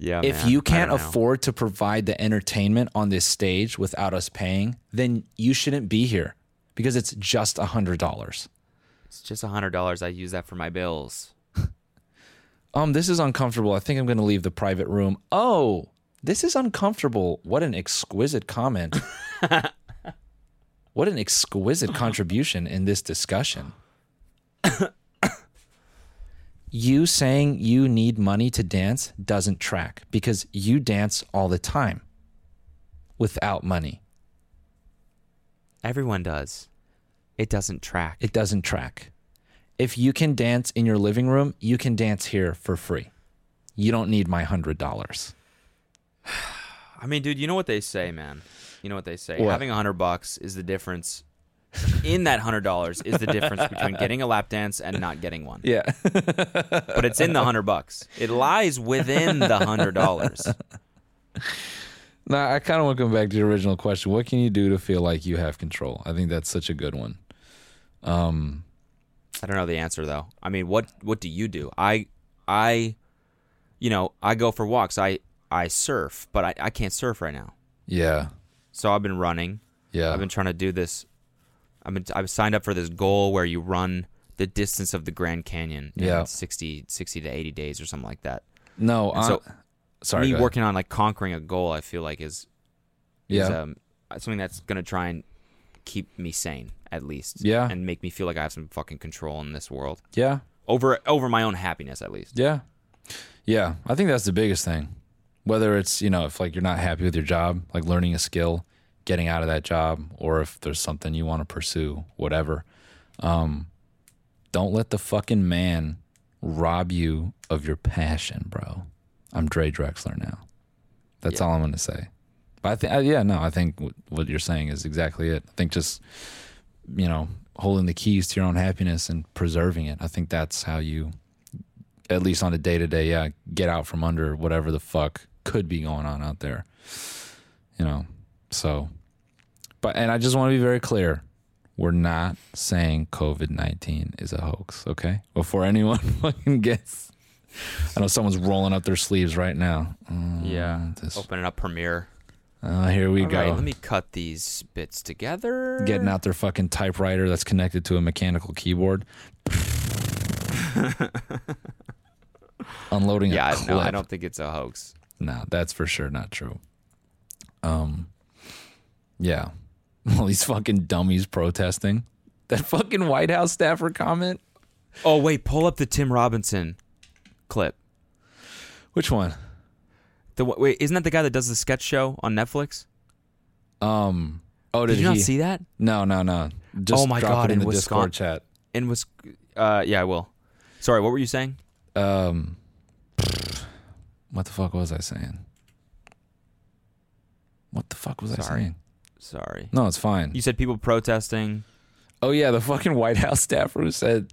Speaker 1: Yeah.
Speaker 3: if you can't afford to provide the entertainment on this stage without us paying, then you shouldn't be here because it's just hundred dollars.
Speaker 1: it's just hundred dollars. I use that for my bills.
Speaker 3: Um, this is uncomfortable. I think I'm gonna leave the private room. Oh, this is uncomfortable. What an exquisite comment. what an exquisite contribution in this discussion. you saying you need money to dance doesn't track because you dance all the time without money.
Speaker 1: Everyone does. It doesn't track.
Speaker 3: It doesn't track. If you can dance in your living room, you can dance here for free. You don't need my hundred dollars.
Speaker 1: I mean, dude, you know what they say, man. You know what they say.
Speaker 3: What?
Speaker 1: Having a hundred bucks is the difference. In that hundred dollars is the difference
Speaker 3: <laughs>
Speaker 1: between getting a lap dance and not getting one.
Speaker 3: Yeah.
Speaker 1: But it's in the hundred bucks. It lies within the hundred
Speaker 3: <laughs>
Speaker 1: dollars.
Speaker 3: No, I kind of want to come back to the original question. What can you do to feel like you have control? I think that's such a good one. Um,
Speaker 1: I don't know the answer though. I mean, what what do you do? I I, you know, I go for walks. I I surf, but I, I can't surf right now.
Speaker 3: yeah,
Speaker 1: So I've been running.
Speaker 3: yeah,
Speaker 1: I've been trying to do this. I've been I've signed up for this goal where you run the distance of the Grand Canyon in
Speaker 3: Yeah.
Speaker 1: 60, 60 to 80 days or something like that.
Speaker 3: no.
Speaker 1: And
Speaker 3: I,
Speaker 1: so
Speaker 3: sorry,
Speaker 1: Me
Speaker 3: go ahead.
Speaker 1: working on like conquering a goal, I feel like is
Speaker 3: Yeah,
Speaker 1: is um, something that's gonna try and keep me sane at least.
Speaker 3: Yeah.
Speaker 1: and make me feel like I have some fucking control in this world
Speaker 3: yeah,
Speaker 1: over over my own happiness at least.
Speaker 3: yeah, yeah. I think that's the biggest thing. Whether it's you know if like you're not happy with your job, like learning a skill, getting out of that job, or if there's something you want to pursue, whatever. Um, don't let the fucking man rob you of your passion, bro. I'm Dre Drexler now. That's all I'm going to say. But I think, I- yeah, no, I think w- what you're saying is exactly it. I think just, you know, holding the keys to your own happiness and preserving it. I think that's how you, at least on a day to day, yeah, get out from under whatever the fuck could be going on out there. You know, so, but, and I just want to be very clear. We're not saying COVID 19 is a hoax, okay? Before anyone <laughs> fucking gets. I know someone's rolling up their sleeves right now. Mm, This,
Speaker 1: opening up Premiere.
Speaker 3: Oh, here we
Speaker 1: All
Speaker 3: go.
Speaker 1: right, let me cut these bits together.
Speaker 3: Getting out their fucking typewriter that's connected to a mechanical
Speaker 1: <laughs>
Speaker 3: keyboard. Unloading
Speaker 1: Yeah,
Speaker 3: a
Speaker 1: I-
Speaker 3: clip.
Speaker 1: no, I don't think it's a hoax.
Speaker 3: No, that's for sure not true. Um, yeah, <laughs> all these fucking dummies protesting that fucking White House staffer comment.
Speaker 1: Oh wait, pull up the Tim Robinson clip.
Speaker 3: Which one?
Speaker 1: The one- wait, isn't that the guy that does the sketch show on Netflix?
Speaker 3: Um. Oh, did,
Speaker 1: Did you not
Speaker 3: he-
Speaker 1: see that?
Speaker 3: No, no, no. Just
Speaker 1: Oh my
Speaker 3: drop
Speaker 1: God,
Speaker 3: it in
Speaker 1: in
Speaker 3: the Discord
Speaker 1: Wisconsin-
Speaker 3: chat.
Speaker 1: And was uh yeah, I will. Sorry, what were you saying?
Speaker 3: um what the fuck was I saying? What the fuck was I
Speaker 1: Sorry.
Speaker 3: saying?
Speaker 1: Sorry.
Speaker 3: No, it's fine.
Speaker 1: You said people protesting.
Speaker 3: oh yeah, the fucking White House staffer who said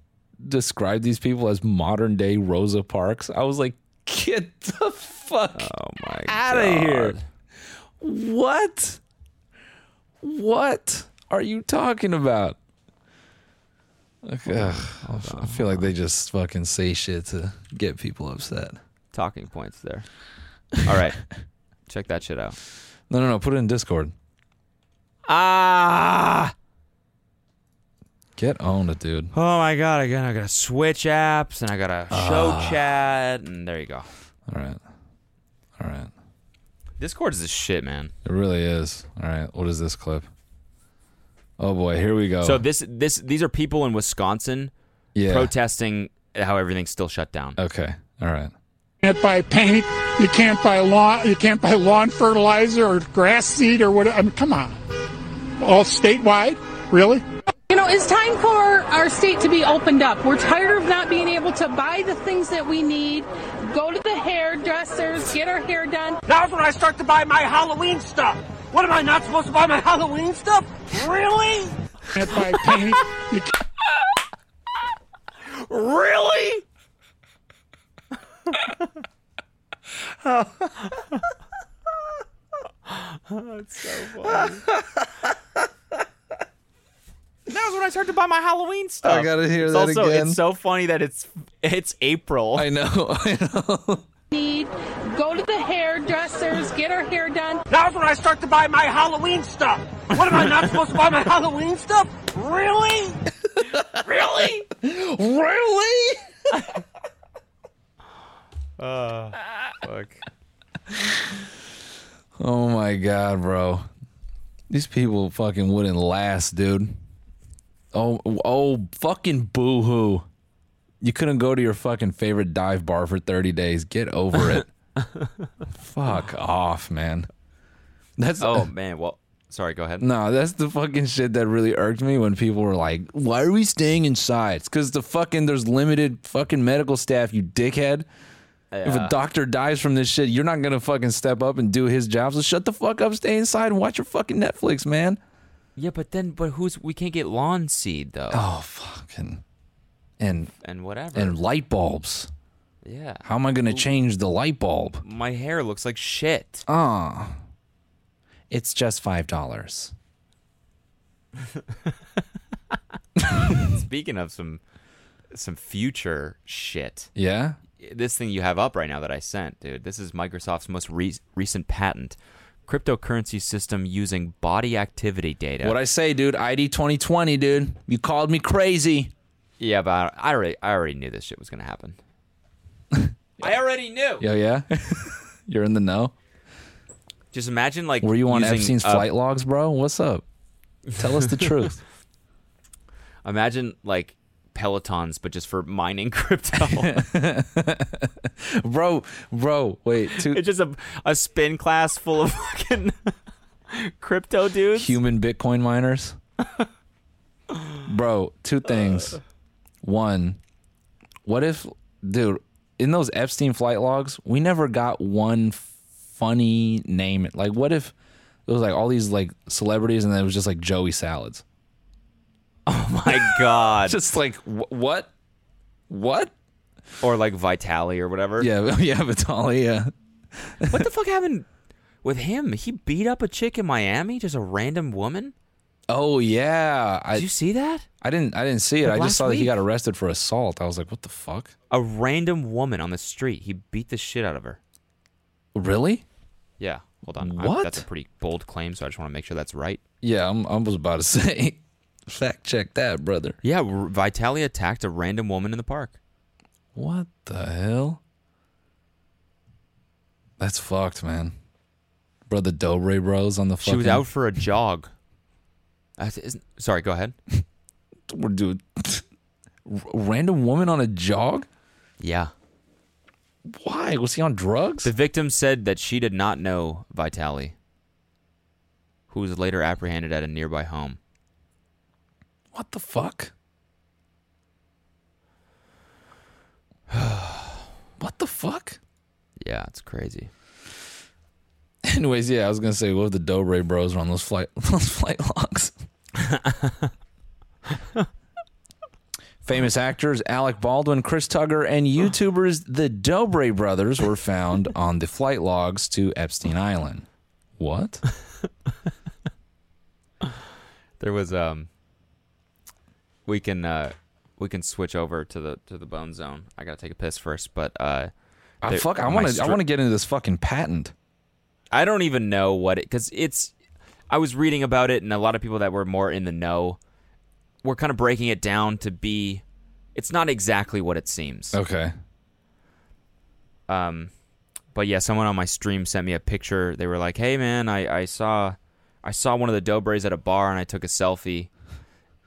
Speaker 3: described these people as modern day Rosa Parks. I was like, get the fuck
Speaker 1: Oh my
Speaker 3: out of here. What? What are you talking about? Like, ugh, I feel like they just fucking say shit to get people upset.
Speaker 1: Talking points there. All <laughs> right. Check that shit out.
Speaker 3: No, no, no. Put it in Discord.
Speaker 1: Ah!
Speaker 3: Get on it, dude.
Speaker 1: Oh my god, again I gotta switch apps and I gotta show chat and there you go.
Speaker 3: All right. All right.
Speaker 1: Discord is the shit, man.
Speaker 3: It really is. All right. What is this clip? Oh boy, here we go.
Speaker 1: So this this these are people in Wisconsin
Speaker 3: yeah.
Speaker 1: protesting how everything's still shut down.
Speaker 3: okay. All right.
Speaker 5: can't buy paint. You can't buy lawn. You can't buy lawn fertilizer or grass seed or what. I mean, come on. All statewide, really?
Speaker 6: You know, it's time for our state to be opened up. We're tired of not being able to buy the things that we need, go to the hairdressers, get our hair done.
Speaker 7: Now's when I start to buy my Halloween stuff. What am I not supposed to buy my Halloween stuff? Really?
Speaker 5: Can't buy paint. You can't
Speaker 7: Really?
Speaker 1: That was when I started to buy my Halloween stuff.
Speaker 3: I gotta hear
Speaker 1: it's
Speaker 3: that
Speaker 1: also,
Speaker 3: again.
Speaker 1: It's so funny that it's it's April.
Speaker 3: I know. I know.
Speaker 6: Need go to the hairdressers, get our hair done.
Speaker 7: Now's when I start to buy my Halloween stuff. What am I not supposed to buy my <laughs> Halloween stuff? Really? really?
Speaker 3: really?
Speaker 1: Fuck.
Speaker 3: Oh my god, bro. These people fucking wouldn't last, dude. Oh, oh, fucking boo hoo. You couldn't go to your fucking favorite dive bar for 30 days. Get over it. Fuck off, man. That's
Speaker 1: Oh man. Well, sorry. Go ahead.
Speaker 3: No, that's the fucking shit that really irked me when people were like, "Why are we staying inside?" It's because the fucking there's limited fucking medical staff, you dickhead. If a doctor dies from this shit, you're not gonna fucking step up and do his job. So shut the fuck up, stay inside, and watch your fucking Netflix, man.
Speaker 1: Yeah, but then, but who's we can't get lawn seed though,
Speaker 3: Oh fucking and
Speaker 1: and whatever.
Speaker 3: and light bulbs.
Speaker 1: yeah,
Speaker 3: How am I gonna change the light bulb?
Speaker 1: my hair looks like shit.
Speaker 3: Ah, it's just five dollars.
Speaker 1: Speaking of some some future shit,
Speaker 3: Yeah,
Speaker 1: this thing you have up right now that I sent, dude. This is Microsoft's most re- recent patent, cryptocurrency system using body activity data.
Speaker 3: What I say, dude? ID twenty twenty, dude. You called me crazy.
Speaker 1: yeah, but I already I already knew this shit was gonna
Speaker 3: <laughs>
Speaker 1: happen. I already knew.
Speaker 3: Yeah, <laughs> yeah. You're in the know.
Speaker 1: Just imagine like
Speaker 3: Were you on
Speaker 1: using uh,
Speaker 3: Epstein's
Speaker 1: a-
Speaker 3: flight logs, bro? What's up? Tell us the truth.
Speaker 1: Imagine like Pelotons, but just for mining <laughs> crypto.
Speaker 3: <laughs> <laughs> bro, bro, wait.
Speaker 1: <laughs>
Speaker 3: Two
Speaker 1: it's just a a spin class full of <laughs> fucking crypto dudes.
Speaker 3: human Bitcoin miners? bro, two things. One, what if, dude, in those Epstein flight logs, we never got one funny name. Like, what if it was like all these like celebrities and then it was just like Joey Salads?
Speaker 1: My God.
Speaker 3: Just like, wh- what? What?
Speaker 1: <laughs> or like Vitali or whatever.
Speaker 3: Yeah, <laughs> yeah, Vitaly, yeah.
Speaker 1: What the fuck happened with him? He beat up a chick in Miami, just a random woman.
Speaker 3: Oh yeah, I
Speaker 1: Did you see that?
Speaker 3: I didn't I didn't see it. I
Speaker 1: last
Speaker 3: just saw that he
Speaker 1: week?
Speaker 3: got arrested for assault. I was like, what the fuck?
Speaker 1: A random woman on the street. He beat the shit out of her.
Speaker 3: Really?
Speaker 1: Yeah. Hold on. I,
Speaker 3: What?
Speaker 1: that's a pretty bold claim, so I just want to make sure that's right.
Speaker 3: Yeah, I'm I was about to <laughs> say, fact check that, brother.
Speaker 1: Yeah, R- Vitali attacked a random woman in the park.
Speaker 3: What the hell? That's fucked, man. Bro, the Dobre bros on the fucking.
Speaker 1: She was out for a jog. That's, isn't, sorry, go ahead.
Speaker 3: We're dude. R- <laughs> Random woman on a jog?
Speaker 1: Yeah.
Speaker 3: Why? Was he on drugs?
Speaker 1: The victim said that she did not know Vitali, who was later apprehended at a nearby home.
Speaker 3: What the fuck? <sighs> what the fuck?
Speaker 1: Yeah, it's crazy.
Speaker 3: <laughs> Anyways, yeah, I was gonna say, what if the Dobre Bros were on those flight <laughs> those flight logs? <laughs> Famous actors Alec Baldwin, Chris Tugger, and YouTubers the Dobre Brothers were <laughs> found on the flight logs to Epstein Island. What?
Speaker 1: There was um. We can uh, we can switch over to the to the bone zone. I gotta take a piss first, but uh,
Speaker 3: I
Speaker 1: There-
Speaker 3: fuck, I
Speaker 1: my
Speaker 3: want to. I
Speaker 1: stri-
Speaker 3: want to get into this fucking patent.
Speaker 1: I don't even know what it because it's. I was reading about it, and a lot of people that were more in the know were kind of breaking it down to be. It's not exactly what it seems.
Speaker 3: Okay.
Speaker 1: Um, but yeah, someone on my stream sent me a picture. They were like, "Hey man, I, I saw I saw one of the Dobres at a bar and I took a selfie."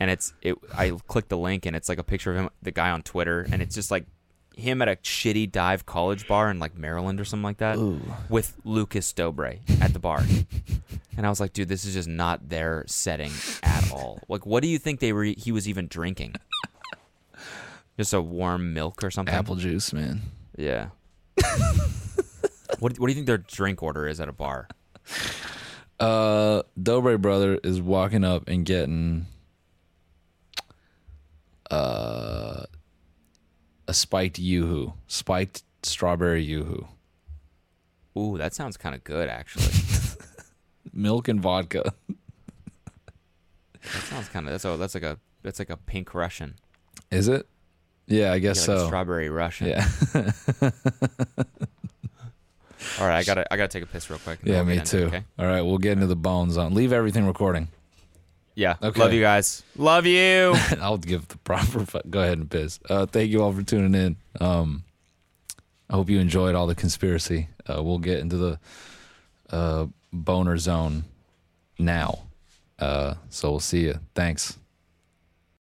Speaker 1: And it's it I clicked the link and it's like a picture of him the guy on Twitter and it's just like him at a shitty dive college bar in like Maryland or something like that with Lucas Dobre at the bar. and I was like, "Dude, this is just not their setting at all. Like what do you think they were e, he was even drinking?" Just a warm milk or something.
Speaker 3: Apple juice, man.
Speaker 1: Yeah. what What do you think their drink order is at a bar?
Speaker 3: Uh, Dobre brother is walking up and getting uh a spiked yoo-hoo, spiked strawberry yoo-hoo,
Speaker 1: Ooh, that sounds kind of good,
Speaker 3: <laughs>
Speaker 1: actually.
Speaker 3: milk and vodka. <laughs>
Speaker 1: That sounds kind of that's a that's like a that's like a pink Russian,
Speaker 3: Is it? Yeah, I
Speaker 1: yeah,
Speaker 3: guess
Speaker 1: like a
Speaker 3: so.
Speaker 1: strawberry Russian.
Speaker 3: yeah,
Speaker 1: <laughs> All right, I gotta I gotta take a piss real quick. and then
Speaker 3: yeah,
Speaker 1: we'll
Speaker 3: me
Speaker 1: get into it,
Speaker 3: too.
Speaker 1: okay.
Speaker 3: All right, we'll get into the bones on. Leave everything recording.
Speaker 1: Yeah.
Speaker 3: Okay.
Speaker 1: Love you guys. Love you.
Speaker 3: <laughs> I'll give the proper. fu- Go ahead and piss. Uh, thank you all for tuning in. Um, I hope you enjoyed all the conspiracy. Uh, we'll get into the uh, boner zone now. Uh, so we'll see you. Thanks.